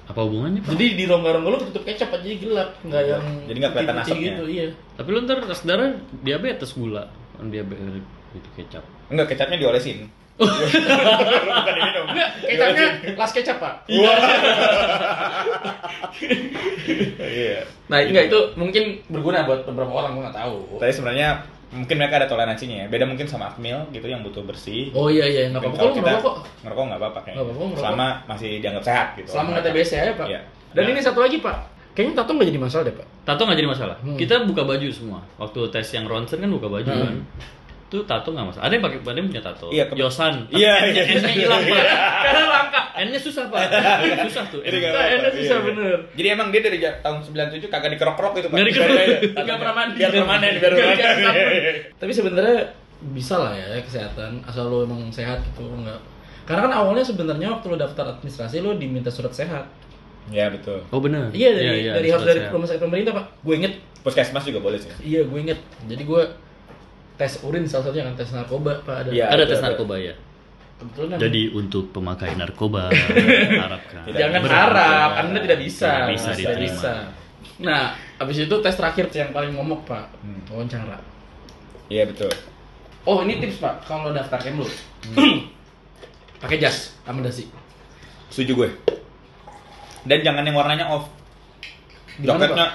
Speaker 3: Apa hubungannya pak?
Speaker 2: Jadi di rongga-rongga lu ketutup kecap aja jadi gelap, Iya. enggak yang
Speaker 1: Jadi nggak kelihatan
Speaker 2: putih-putih
Speaker 1: asapnya.
Speaker 2: gitu, iya.
Speaker 3: Tapi lu ntar tes darah diabetes gula, kan diabetes itu kecap.
Speaker 1: enggak kecapnya diolesin bukan diminum
Speaker 2: Enggak, [laughs] kecapnya las kecap, Pak.
Speaker 1: iya
Speaker 2: Nah, enggak itu mungkin berguna buat beberapa orang, gua enggak tahu.
Speaker 1: Tapi sebenarnya mungkin mereka ada toleransinya ya. Beda mungkin sama akmil gitu yang butuh bersih.
Speaker 2: Oh iya iya, enggak
Speaker 1: Mungkin
Speaker 2: apa-apa kalau
Speaker 1: kita
Speaker 2: ngerokok.
Speaker 1: Ngerokok nggak apa-apa kayaknya.
Speaker 2: Nggak apa-apa, ngerokok.
Speaker 1: Selama masih dianggap sehat gitu.
Speaker 2: Selama
Speaker 1: Orang
Speaker 2: nggak TBC aja, ya, Pak.
Speaker 1: Iya.
Speaker 2: Dan
Speaker 1: Nah.
Speaker 2: ini satu lagi, Pak. Kayaknya tato nggak jadi masalah deh, Pak.
Speaker 3: Tato nggak jadi masalah.
Speaker 2: Hmm.
Speaker 3: Kita buka baju semua. Waktu tes yang ronsen kan buka baju
Speaker 2: Hmm.
Speaker 3: kan. Itu tato nggak masalah. Ada yang pakai ada yang punya tato.
Speaker 1: Iya, ke-
Speaker 3: Josan. Tapi kan-
Speaker 1: Iya,
Speaker 3: N-nya
Speaker 1: iya.
Speaker 3: N-nya hilang, Pak.
Speaker 2: Karena langka.
Speaker 3: N-nya susah, Pak. susah tuh.
Speaker 1: Jadi nggak
Speaker 2: Nah,
Speaker 1: apa-apa.
Speaker 2: enak susah,
Speaker 1: Iya, iya.
Speaker 2: bener.
Speaker 1: Jadi emang dia dari ja- tahun 97 kagak dikerok-kerok itu Pak. Iya,
Speaker 3: Nggak dikerok.
Speaker 1: Biarin aja.
Speaker 2: Nggak pernah mandi.
Speaker 1: Biar permanen, Iya, biar
Speaker 2: Nggak
Speaker 1: permanen.
Speaker 2: dikasih sabun. Tapi sebenarnya bisa lah ya kesehatan asal lo emang sehat gitu enggak. Karena kan awalnya sebenarnya waktu lo daftar administrasi lo diminta surat sehat.
Speaker 1: Ya betul.
Speaker 3: Oh benar.
Speaker 2: Iya dari dari harus dari
Speaker 3: selesai.
Speaker 2: rumah sakit pemerintah pak. Gue inget.
Speaker 1: Puskesmas juga boleh sih.
Speaker 2: Iya gue inget. Jadi gue tes urin salah satunya kan tes narkoba pak ada.
Speaker 1: Iya.
Speaker 3: Ada tes
Speaker 1: Ada.
Speaker 3: narkoba ya.
Speaker 2: Kebetulan namanya-
Speaker 3: Jadi untuk pemakai [laughs] narkoba harapkan.
Speaker 1: Tidak
Speaker 2: jangan
Speaker 1: Berat.
Speaker 2: harap, anda tidak bisa.
Speaker 3: Tidak bisa
Speaker 2: Tidak
Speaker 3: diterima.
Speaker 2: bisa. Nah, abis itu tes terakhir yang paling momok pak,
Speaker 1: Hmm.
Speaker 2: wawancara.
Speaker 1: Iya betul.
Speaker 2: Oh ini tips pak, kalau daftar kemlu,
Speaker 1: Hmm.
Speaker 2: [clears throat] pakai jas sama dasi.
Speaker 1: Setuju gue. Dan jangan yang warnanya off.
Speaker 2: Gimana,
Speaker 1: Jaketnya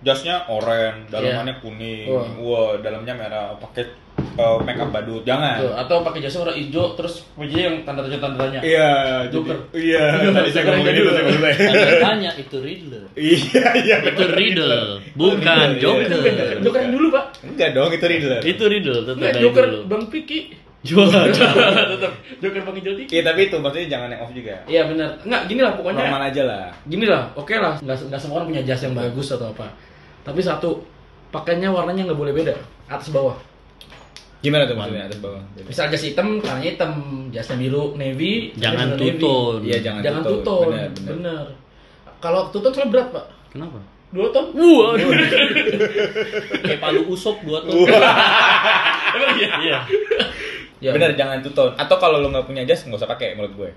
Speaker 1: jasnya oranye, dalamannya kuning,
Speaker 2: Wah.
Speaker 1: wah dalamnya merah, pakai eh, make up badut.
Speaker 2: Tuh,
Speaker 1: Jangan.
Speaker 2: Gitu. atau pakai jasnya warna hijau, terus bajunya yang tanda tanya tanda tanya.
Speaker 1: Iya,
Speaker 2: Joker.
Speaker 1: jadi- iya. Tadi saya
Speaker 2: Joker yang
Speaker 1: ngomong itu
Speaker 2: kedua.
Speaker 1: saya ngomong itu.
Speaker 3: [laughs] Tanda tanya itu Riddler.
Speaker 1: [laughs] Iya, iya.
Speaker 3: gitu. Itu Riddle, bukan
Speaker 1: Riddle,
Speaker 3: Joker.
Speaker 1: iya.
Speaker 2: Joker yang dulu pak.
Speaker 1: Enggak dong, itu Riddler.
Speaker 3: Itu Riddle tetap
Speaker 2: Nggak,
Speaker 3: dari
Speaker 2: Joker
Speaker 3: dulu.
Speaker 2: Bang Piki. [laughs]
Speaker 3: Jual.
Speaker 2: Tetap Joker Bang Hijau Tiki.
Speaker 1: Iya, tapi itu maksudnya jangan yang off juga.
Speaker 2: Iya benar. Enggak, gini lah pokoknya.
Speaker 1: Normal aja lah.
Speaker 2: Gini lah, oke lah. Enggak enggak semua orang punya jas yang bagus atau apa. Tapi satu, pakainya warnanya nggak boleh beda, atas bawah.
Speaker 1: Gimana tuh maksudnya Iya, atas bawah? Jadi-
Speaker 2: Misal jas hitam, warnanya hitam, jasnya biru, navy, jasnya
Speaker 3: Jangan
Speaker 2: biru navy.
Speaker 3: tutun.
Speaker 1: Iya, jangan,
Speaker 2: Jangan tutun.
Speaker 1: Benar,
Speaker 2: Bener.
Speaker 1: benar.
Speaker 2: Kalau tutun soalnya berat, Pak.
Speaker 3: Kenapa?
Speaker 2: Dua ton.
Speaker 3: Wah, aduh. Kayak palu usop dua tuh. Emang iya? Iya.
Speaker 2: Ya,
Speaker 1: Benar, jangan tutun. Atau kalau lo nggak punya jas, nggak usah pakai menurut gue.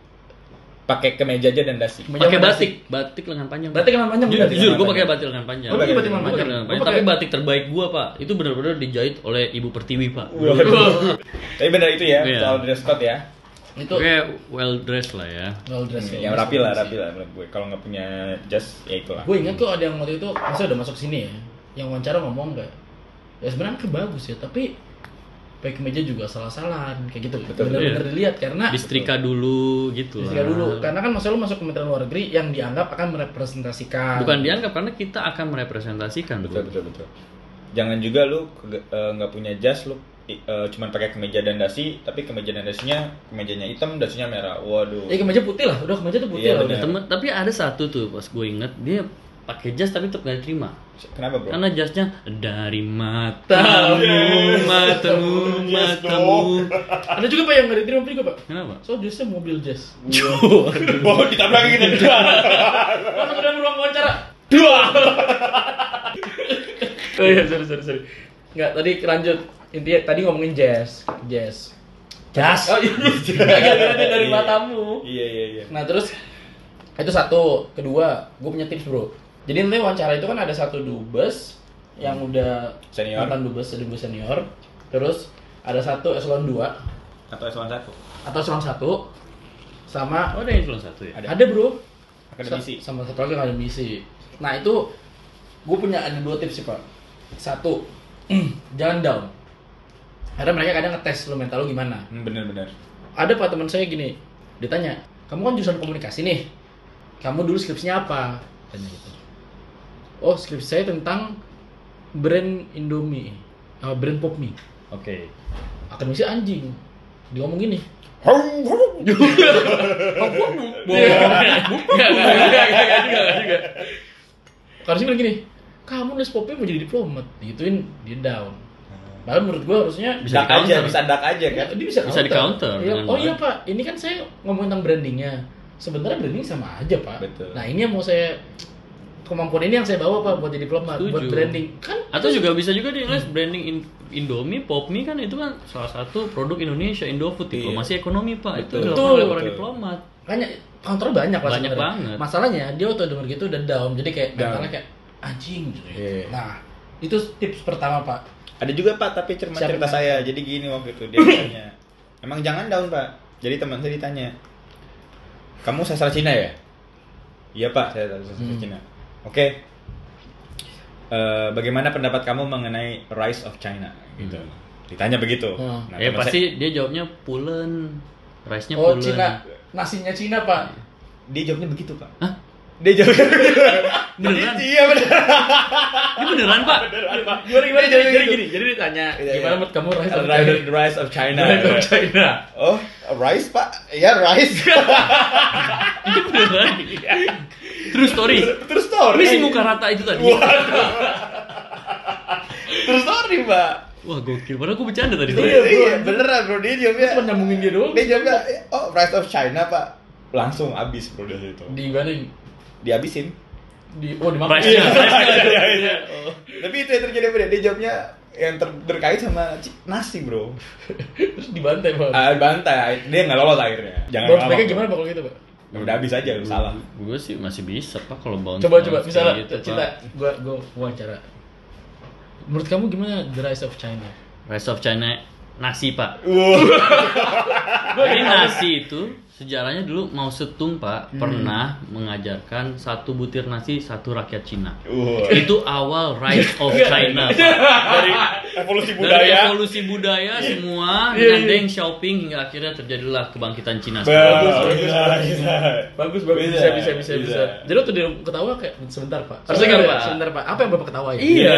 Speaker 1: Pakai kemeja aja dan dasi.
Speaker 2: Kemeja.
Speaker 3: Pakai batik, batik lengan panjang.
Speaker 2: Berarti kan panjang
Speaker 3: Ju-
Speaker 2: benar.
Speaker 3: Jujur,
Speaker 1: lengan
Speaker 3: gue pakai
Speaker 1: panjang.
Speaker 3: batik lengan panjang.
Speaker 2: Oh, lu pakai batik lengan
Speaker 3: Gua
Speaker 2: panjang?
Speaker 3: lengan
Speaker 2: Gua pakai-
Speaker 3: Tapi batik terbaik gue pak, itu benar-benar dijahit oleh ibu pertiwi pak.
Speaker 1: Waduh. Tapi benar itu ya,
Speaker 3: Iya.
Speaker 1: soal dress code ya.
Speaker 2: Itu
Speaker 3: Oke, well dressed lah ya.
Speaker 2: well dress.
Speaker 1: Hmm, yang rapi lah, rapi lah menurut gue. Kalau nggak punya jas, ya itulah.
Speaker 2: Gue ingat tuh ada yang waktu itu masa udah masuk sini ya. Yang wawancara ngomong enggak. Ya sebenarnya kan bagus ya, tapi pakai meja juga salah-salahan kayak gitu.
Speaker 1: Betul,
Speaker 2: Bener-bener dilihat
Speaker 3: iya.
Speaker 2: karena
Speaker 3: Distrika dulu gitu lah.
Speaker 2: Distrika dulu, karena kan masa lu masuk Kementerian Luar Negeri yang dianggap akan merepresentasikan.
Speaker 3: Bukan dianggap karena kita akan merepresentasikan.
Speaker 1: Betul, betul,
Speaker 3: Betul.
Speaker 1: betul. Jangan juga lu ke- eh, nggak punya jas, lu i- eh, cuman pakai kemeja dan dasi, tapi kemeja dan dasinya kemejanya hitam, dasinya merah. Waduh.
Speaker 2: Ya kemeja putih lah, udah kemeja tuh putih
Speaker 1: Iya,
Speaker 2: lah
Speaker 1: bener.
Speaker 2: udah.
Speaker 3: Temen, tapi ada satu tuh pas gue inget dia pakai jas tapi tetap gak diterima
Speaker 1: Kenapa bro?
Speaker 3: karena jasnya dari matamu
Speaker 1: Yes.
Speaker 3: matamu
Speaker 1: Yes,
Speaker 3: matamu
Speaker 2: Ada juga Pak yang enggak diterima juga, Pak.
Speaker 3: kenapa
Speaker 2: So, justru mobil jazz.
Speaker 1: Wow, ditabrak gitu.
Speaker 2: Masuk ke dalam ruang wawancara. Dua. oh iya, sorry, sorry, sorry. Nggak, tadi lanjut. Intinya tadi ngomongin jazz. Jazz. Jazz? Oh iya, gara-gara dia dari
Speaker 1: Iya.
Speaker 2: matamu.
Speaker 1: Iya, iya, iya.
Speaker 2: Nah, terus itu satu. Kedua, gue punya tips, bro. Jadi nanti wawancara itu kan ada satu dubes yang udah
Speaker 1: Hmm. Senior.
Speaker 2: mantan dubes, dubes senior. Terus ada satu eselon 2
Speaker 1: Atau eselon satu.
Speaker 2: atau eselon 1 sama
Speaker 3: oh ada yang cuma satu ya
Speaker 1: Ada.
Speaker 2: ada bro
Speaker 1: Akademisi.
Speaker 2: Sa- sama satu lagi yang akademisi nah itu gue punya ada dua tips sih pak satu [clears throat] jangan down karena mereka kadang ngetes lu mental lu gimana
Speaker 1: Hmm, bener-bener.
Speaker 2: ada pak teman saya gini ditanya kamu kan jurusan komunikasi nih kamu dulu skripsinya apa tanya gitu oh skripsi saya tentang brand Indomie eh, brand pop mie
Speaker 3: oke
Speaker 2: akademisi anjing dia ngomong gini Enggak, enggak, enggak, enggak, enggak juga, enggak juga. Harusnya bilang gini, kamu nulis popnya mau jadi diplomat, digituin dia down. Padahal menurut gua harusnya
Speaker 1: Bisa
Speaker 3: Bisa
Speaker 1: aja,
Speaker 3: di-counter.
Speaker 1: bisa dak aja
Speaker 2: ya,
Speaker 1: kan.
Speaker 2: dia bisa,
Speaker 3: Bisa di-counter
Speaker 2: Iya,
Speaker 3: dengan
Speaker 2: oh iya
Speaker 3: baik.
Speaker 2: pak, ini kan saya ngomongin tentang brandingnya. Sebenarnya branding sama aja pak.
Speaker 1: Betul.
Speaker 2: Nah ini yang mau saya kemampuan ini yang saya bawa pak buat jadi diplomat, buat
Speaker 3: Setuju.
Speaker 2: branding kan.
Speaker 3: [laughs] atau juga bisa juga ditulis branding in- Indomie, Popmi kan itu kan salah satu produk Indonesia Indofood
Speaker 1: Iya.
Speaker 3: diplomasi ekonomi pak
Speaker 1: Betul.
Speaker 3: itu dilakukan oleh
Speaker 2: Betul.
Speaker 3: para
Speaker 1: Betul.
Speaker 3: diplomat
Speaker 2: Kayaknya counter banyak lah
Speaker 3: Banyak
Speaker 2: sebenarnya.
Speaker 3: banget.
Speaker 2: Masalahnya dia waktu denger gitu udah down, jadi kayak
Speaker 1: Down.
Speaker 2: mentalnya kayak anjing. gitu.
Speaker 1: Iya.
Speaker 2: Nah itu tips pertama pak.
Speaker 1: Ada juga Pak, tapi cerita
Speaker 2: Siapa?
Speaker 1: cerita saya. Jadi gini waktu
Speaker 2: [coughs]
Speaker 1: itu dia tanya. Emang jangan down Pak. Jadi teman saya ditanya. Kamu sastra Cina ya? Iya Pak, saya dari sastra
Speaker 2: Hmm.
Speaker 1: Cina. Oke. Eh, bagaimana pendapat kamu mengenai rise of China? Gitu.
Speaker 3: Hmm.
Speaker 1: Ditanya begitu.
Speaker 2: Hmm.
Speaker 1: Nah,
Speaker 3: ya
Speaker 1: teman
Speaker 3: pasti dia jawabnya pulen rice nya
Speaker 2: Oh
Speaker 3: pulen
Speaker 2: Cina, nasinya Cina pak.
Speaker 3: Iya.
Speaker 1: saya- dia jawabnya begitu Pak.
Speaker 3: Hah?
Speaker 1: dia
Speaker 2: [laughs]
Speaker 1: jauh
Speaker 3: Beneran?
Speaker 1: iya benar
Speaker 3: Ini beneran pak?
Speaker 2: Gimana, gimana,
Speaker 1: Jadi
Speaker 2: jadi, jadi
Speaker 1: gitu.
Speaker 2: gini, jadi ditanya,
Speaker 1: Iya,
Speaker 2: [laughs] gimana
Speaker 1: iya.
Speaker 2: menurut kamu rise of China?
Speaker 1: the rise of China
Speaker 2: Rise of China.
Speaker 1: oh rise pak ya
Speaker 2: [laughs]
Speaker 1: rise
Speaker 3: Ini beneran? True story.
Speaker 1: terus story
Speaker 3: Ini si muka rata itu tadi.
Speaker 1: terus story pak
Speaker 3: Wah gokil. Padahal gue bercanda tadi.
Speaker 1: Iya,
Speaker 3: Pak.
Speaker 1: iya beneran bro dia jawabnya
Speaker 2: Cuma nyambungin dia doang.
Speaker 1: dia jawabnya oh rise of China pak langsung abis bro dari situ
Speaker 2: Di mana?
Speaker 1: dihabisin
Speaker 2: Di oh di mana?
Speaker 3: Price-nya.
Speaker 1: tapi itu yang terjadi bro dia jawabnya yang ter- terkait sama ci- nasi bro
Speaker 2: [laughs] Terus dibantai, Pak.
Speaker 1: ah bantai dia nggak lolos akhirnya jangan
Speaker 2: Bounce
Speaker 1: lama, bro.
Speaker 2: back-nya Oh.
Speaker 1: Ya
Speaker 2: gimana Pak kalau gitu, Pak?
Speaker 1: udah habis aja lu salah
Speaker 3: Gue sih masih bisa pak kalau bounce.
Speaker 2: Coba coba
Speaker 3: bounce
Speaker 2: misalnya
Speaker 3: kayak gitu, Pak.
Speaker 2: Cita, gua gua wawancara. Menurut kamu gimana The Rise of China?
Speaker 3: Rise of China nasi pak.
Speaker 1: Wah,
Speaker 3: [laughs] Jadi nasi itu sejarahnya dulu Mao Zedong
Speaker 1: Hmm.
Speaker 3: pak pernah mengajarkan satu butir nasi satu rakyat Cina.
Speaker 2: Uh.
Speaker 1: wah.
Speaker 3: Itu awal Rise of China pak.
Speaker 1: evolusi Iya,
Speaker 3: Dari
Speaker 1: budaya
Speaker 3: evolusi budaya
Speaker 2: Iya,
Speaker 3: semua
Speaker 2: iya.
Speaker 3: dengan Deng Xiaoping hingga akhirnya terjadilah kebangkitan Cina.
Speaker 1: Bagus,
Speaker 2: Oh,
Speaker 3: sebenarnya.
Speaker 1: bisa, bisa.
Speaker 2: Bagus bagus bisa bisa bisa bisa. Jadi waktu dia ketawa kayak sebentar Pak. Sebentar
Speaker 3: Sebentar,
Speaker 2: Pak.
Speaker 3: Pak.
Speaker 2: Sebentar Pak. Apa yang Bapak ketawain?
Speaker 3: Iya.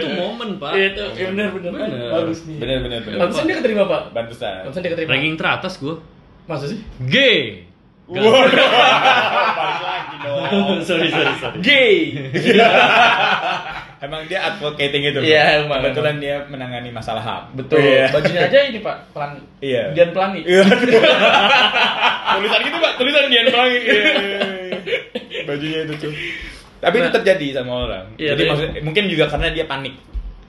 Speaker 3: Itu momen, Pak.
Speaker 2: Iya, Itu ya benar benar
Speaker 3: Bener.
Speaker 2: bagus nih.
Speaker 1: [laughs] bener bener bener
Speaker 2: Pantesan dia keterima Pak.
Speaker 1: bantusan
Speaker 2: Pantesan dia keterima.
Speaker 3: Ranking teratas gua.
Speaker 2: Masa sih?
Speaker 3: G.
Speaker 1: [laughs] Balik lagi dong
Speaker 3: [laughs] sorry, sorry, sorry.
Speaker 2: Gay.
Speaker 1: emang dia advocating itu bro.
Speaker 2: Iya, emang.
Speaker 1: kebetulan dia menangani masalah ham
Speaker 2: Betul. Bajunya aja ini Pak, pelangi.
Speaker 1: Iya.
Speaker 2: Dian pelangi.
Speaker 1: Iya. tulisan gitu pak, tulisan Dian Pelangi. Bajunya itu cuy. Tapi itu
Speaker 2: Nah.
Speaker 1: terjadi sama orang.
Speaker 2: Iya,
Speaker 1: Jadi
Speaker 2: iya.
Speaker 1: maksudnya, mungkin juga karena dia panik.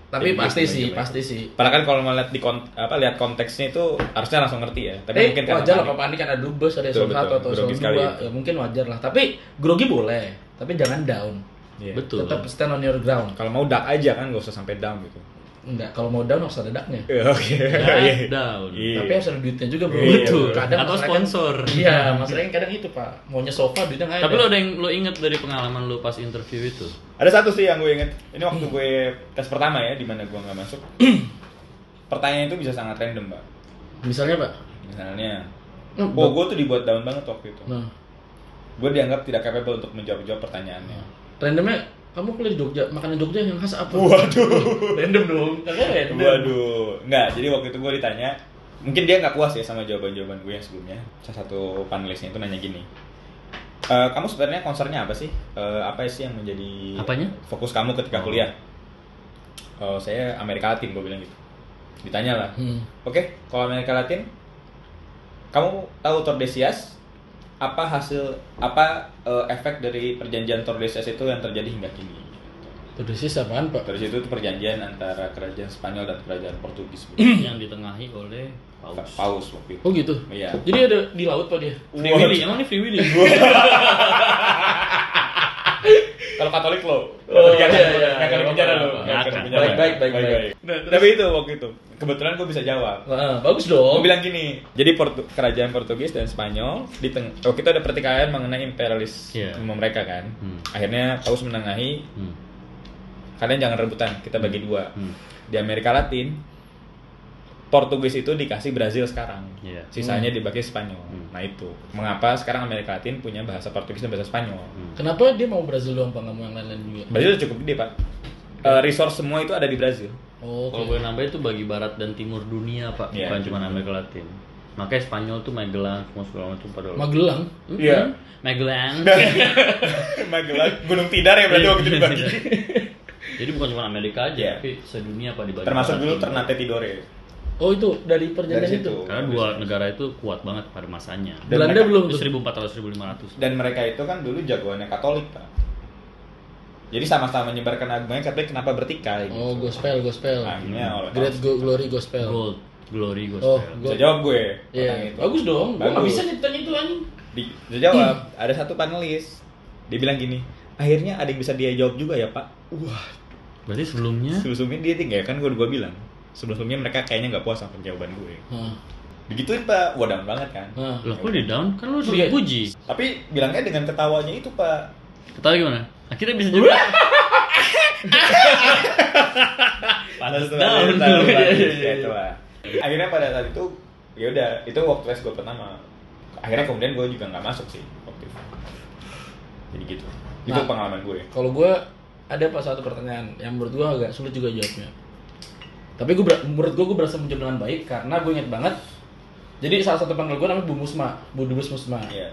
Speaker 2: Tapi
Speaker 1: Iya,
Speaker 2: pasti
Speaker 1: iya,
Speaker 2: sih,
Speaker 1: iya.
Speaker 2: pasti sih.
Speaker 1: Padahal kan kalau melihat di kon- apa lihat konteksnya itu harusnya langsung ngerti ya. Tapi
Speaker 2: eh,
Speaker 1: mungkin karena
Speaker 2: wajar lah
Speaker 1: panik.
Speaker 2: Pak Panik ada dubes,
Speaker 1: Betul,
Speaker 2: ada eselon
Speaker 1: betul.
Speaker 2: 1 atau eselon
Speaker 1: Grogi sekali
Speaker 2: 2,
Speaker 1: itu.
Speaker 2: ya mungkin wajar lah. Tapi grogi boleh, tapi jangan down.
Speaker 1: Iya.
Speaker 3: Betul.
Speaker 2: Tetap stand on your ground.
Speaker 1: Kalau mau dak aja kan nggak usah sampai down gitu.
Speaker 2: Enggak, kalau mau down harus ada ducknya.
Speaker 1: Iya, [laughs] Oke. Iya.
Speaker 3: Dark Down.
Speaker 1: Iya.
Speaker 2: Tapi harus ada duitnya juga, Bro.
Speaker 1: Iya,
Speaker 3: Betul.
Speaker 2: Kadang
Speaker 3: Atau
Speaker 2: masyarakat-
Speaker 3: sponsor.
Speaker 2: Iya, masalahnya kadang itu, Pak. Maunya sofa,
Speaker 1: Iya.
Speaker 2: duitnya nggak ada.
Speaker 3: Tapi lo ada yang lo inget dari pengalaman lo pas interview
Speaker 1: [clears throat]
Speaker 3: itu?
Speaker 1: Ada satu sih yang gue inget. Ini waktu gue tes pertama ya, di mana gue nggak masuk. [clears throat] Pertanyaan itu bisa sangat random, Pak.
Speaker 2: misalnya, Pak.
Speaker 1: Misalnya,
Speaker 2: Hmm,
Speaker 1: oh gue tuh dibuat down banget waktu itu.
Speaker 2: Nah,
Speaker 1: Gue dianggap tidak capable untuk menjawab-jawab pertanyaannya.
Speaker 2: randomnya kamu kuliah di Jogja, makanan Jogja yang khas apa?
Speaker 1: Waduh.
Speaker 2: [laughs] Random dong. Kagak random.
Speaker 1: Waduh. Enggak, jadi waktu itu gue ditanya, mungkin dia nggak puas ya sama jawaban-jawaban gue yang sebelumnya. Salah satu panelisnya itu nanya gini. "Eh, kamu sebenarnya concernnya apa sih? Eh, apa sih yang menjadi
Speaker 3: Apanya?
Speaker 1: fokus kamu ketika kuliah? "Eh, saya Amerika Latin, gue bilang gitu. Ditanya lah.
Speaker 2: Hmm.
Speaker 1: Oke, kalau Amerika Latin, kamu tahu Tordesillas? Apa hasil apa eh, efek dari perjanjian Tordesillas itu yang terjadi hingga kini?
Speaker 2: Terus sih apaan, Pak?
Speaker 1: Dari situ itu perjanjian antara kerajaan Spanyol dan kerajaan Portugis.
Speaker 3: [clears throat] yang ditengahi oleh Paus.
Speaker 1: Paus waktu itu.
Speaker 2: Oh gitu.
Speaker 1: Iya.
Speaker 2: Jadi ada di laut, Pak dia.
Speaker 3: Free Willy, emang ini
Speaker 1: [laughs]
Speaker 3: Free Willy?
Speaker 1: Kalau Katolik lo,
Speaker 2: Oh, iya, iya,
Speaker 1: nggak kena
Speaker 2: iya,
Speaker 1: penjara lo,
Speaker 3: apa-apa.
Speaker 1: nggak kena
Speaker 3: Ngakak.
Speaker 1: penjara.
Speaker 2: Baik, baik, baik, baik.
Speaker 1: Tapi itu waktu itu kebetulan gue bisa jawab.
Speaker 2: Wah, bagus dong.
Speaker 1: Gue bilang gini, jadi Portu- kerajaan Portugis dan Spanyol di teng- waktu itu ada pertikaian mengenai imperialisme
Speaker 3: Iya.
Speaker 1: mereka kan.
Speaker 3: Hmm.
Speaker 1: Akhirnya Paus menengahi,
Speaker 3: Hmm.
Speaker 1: kalian jangan rebutan, kita bagi dua.
Speaker 3: Hmm.
Speaker 1: Di Amerika Latin, Portugis itu dikasih Brazil sekarang,
Speaker 3: Iya.
Speaker 1: sisanya dibagi Spanyol.
Speaker 3: Hmm.
Speaker 1: Nah itu, mengapa sekarang Amerika Latin punya bahasa Portugis dan bahasa Spanyol?
Speaker 2: Kenapa dia mau Brazil doang, Pak? Nggak mau yang lain-lain juga?
Speaker 1: Brazil cukup gede pak. Eh, resource semua itu ada di [laughs] Brazil.
Speaker 2: Oh,
Speaker 3: Kalau gue nambah itu bagi barat dan timur dunia pak,
Speaker 1: Iya,
Speaker 3: bukan
Speaker 1: itu
Speaker 3: cuma Amerika Latin. Makanya Spanyol tuh Magellan, semua segala macam pada lo. Hmm?
Speaker 2: Magelang.
Speaker 1: Iya.
Speaker 3: Magellan.
Speaker 1: [laughs]
Speaker 3: Iya.
Speaker 1: Magelang, Gunung Tidar ya berarti waktu itu dibagi.
Speaker 3: Jadi bukan cuma Amerika
Speaker 1: Iya.
Speaker 3: aja, tapi sedunia pak dibagi.
Speaker 1: [laughs] Termasuk
Speaker 3: barat,
Speaker 1: dulu
Speaker 3: timur.
Speaker 1: Ternate Tidore.
Speaker 2: Oh itu
Speaker 1: Dari
Speaker 2: dari perjanjian itu.
Speaker 1: situ.
Speaker 3: Karena dua negara itu kuat banget pada masanya.
Speaker 1: Dan
Speaker 2: Belanda
Speaker 1: mereka-
Speaker 2: belum
Speaker 3: Itu
Speaker 2: tuh.
Speaker 3: 1400 1500.
Speaker 1: dan mereka itu kan dulu jagoannya Katolik pak jadi sama-sama menyebarkan agamanya tapi kenapa bertikai gitu.
Speaker 2: Oh gospel gospel.
Speaker 1: akhirnya oleh
Speaker 2: Great go- glory gospel.
Speaker 3: Gold, glory,
Speaker 2: Iya. Oh,
Speaker 3: gospel.
Speaker 1: bisa jawab gue pertanyaan
Speaker 2: Iya.
Speaker 1: itu.
Speaker 2: Bagus dong. Gua nggak
Speaker 1: Bagus.
Speaker 2: bisa nih tanya itu anjing.
Speaker 1: Di- bisa jawab ada satu panelis dia bilang gini akhirnya ada yang bisa dia jawab juga ya pak wah
Speaker 3: Berarti sebelumnya
Speaker 1: sebelumnya dia tinggal kan gue gue bilang sebelumnya mereka kayaknya nggak puas sama jawaban gue
Speaker 2: Hah.
Speaker 1: begituin pak wah down banget kan
Speaker 2: Hah.
Speaker 3: Loh kok di down? Kan lu
Speaker 2: Iya.
Speaker 3: sudah puji.
Speaker 1: tapi bilangnya dengan ketawanya itu pak
Speaker 3: Ketawa gimana? Akhirnya bisa juga. Panas
Speaker 1: Terus
Speaker 3: down.
Speaker 1: terus terus
Speaker 3: Iya,
Speaker 1: terus,
Speaker 3: iya,
Speaker 1: gitu
Speaker 3: iya.
Speaker 1: lah. akhirnya pada saat itu ya udah itu waktu tes gue pertama akhirnya kemudian gue juga nggak masuk sih waktu itu Jadi gitu. Itu
Speaker 2: Nah.
Speaker 1: pengalaman gue.
Speaker 2: Kalau gue ada pas satu pertanyaan yang menurut gue agak sulit juga jawabnya. Tapi gue ber- menurut gue gue berhasil menjawab dengan baik karena gue inget banget. Jadi salah satu panggil gue namanya Bu Musma, Bu Dubes Musma.
Speaker 1: Iya.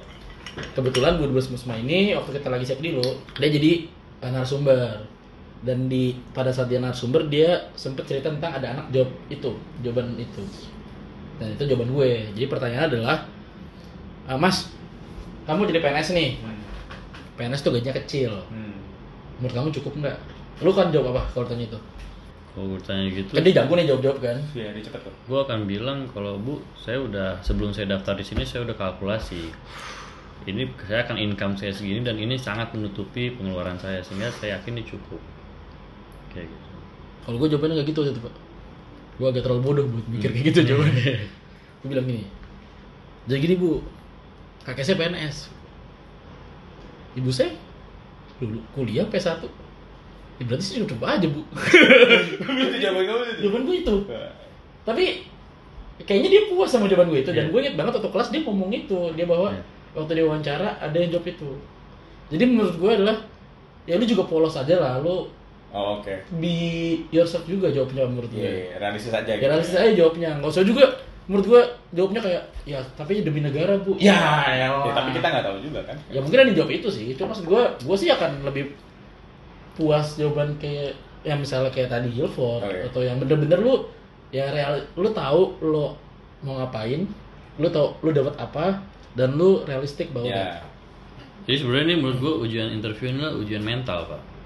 Speaker 2: Kebetulan Bu Dubes Musma ini waktu kita lagi siap dulu, dia jadi eh, narasumber. Dan di pada saat dia narasumber dia sempet cerita tentang ada anak jawab itu, jawaban itu. Dan itu jawaban gue. Jadi pertanyaannya adalah, "Ah, Mas, kamu jadi PNS nih. PNS tuh gajinya kecil
Speaker 1: Hmm.
Speaker 2: menurut kamu cukup nggak? Lu kan jawab apa kalau tanya itu?
Speaker 3: Kalau gue tanya gitu,
Speaker 2: Kan dia jago nih jawab-jawab kan?
Speaker 1: Iya, dia cepet tuh.
Speaker 3: gue akan bilang kalau bu, saya udah sebelum saya daftar di sini saya udah kalkulasi. Ini saya akan income saya segini dan ini sangat menutupi pengeluaran saya sehingga saya yakin ini cukup. Kayak gitu.
Speaker 2: Kalau gue jawabannya nggak gitu aja tuh pak. Gue agak terlalu bodoh buat mikir kayak gitu jawabannya. gue bilang gini, jadi gini bu, kakek saya PNS, ibu saya dulu kuliah P1, ya berarti sih cukup aja bu. [laughs]
Speaker 1: itu jawaban kamu itu.
Speaker 2: jawaban gue itu. Tapi kayaknya dia puas sama jawaban gue itu dan
Speaker 3: Iya.
Speaker 2: gue inget banget waktu kelas dia ngomong itu dia bahwa
Speaker 3: Iya.
Speaker 2: waktu dia wawancara ada yang jawab itu. Jadi menurut gue adalah ya lu juga polos aja lah lu
Speaker 1: Oh, oke.
Speaker 2: be yourself juga jawabnya menurut
Speaker 1: Iya,
Speaker 2: gue.
Speaker 1: iya, realistis aja
Speaker 2: Ya
Speaker 1: gitu.
Speaker 2: realistis aja jawabnya. Nggak usah juga menurut gue jawabnya kayak ya tapi demi negara bu. Ya elah.
Speaker 1: Ya, tapi kita nggak tahu juga kan.
Speaker 2: Ya mungkin ada yang jawab itu sih. Cuma maksud gue gue sih akan lebih puas jawaban kayak yang misalnya kayak tadi Hilford
Speaker 1: Oh, iya.
Speaker 2: atau yang bener-bener lu ya real lu tahu lo mau ngapain, lu tahu lu dapat apa dan lu realistik bahwa
Speaker 1: Iya.
Speaker 3: Jadi sebenarnya ini menurut gue ujian interview ini adalah ujian mental pak.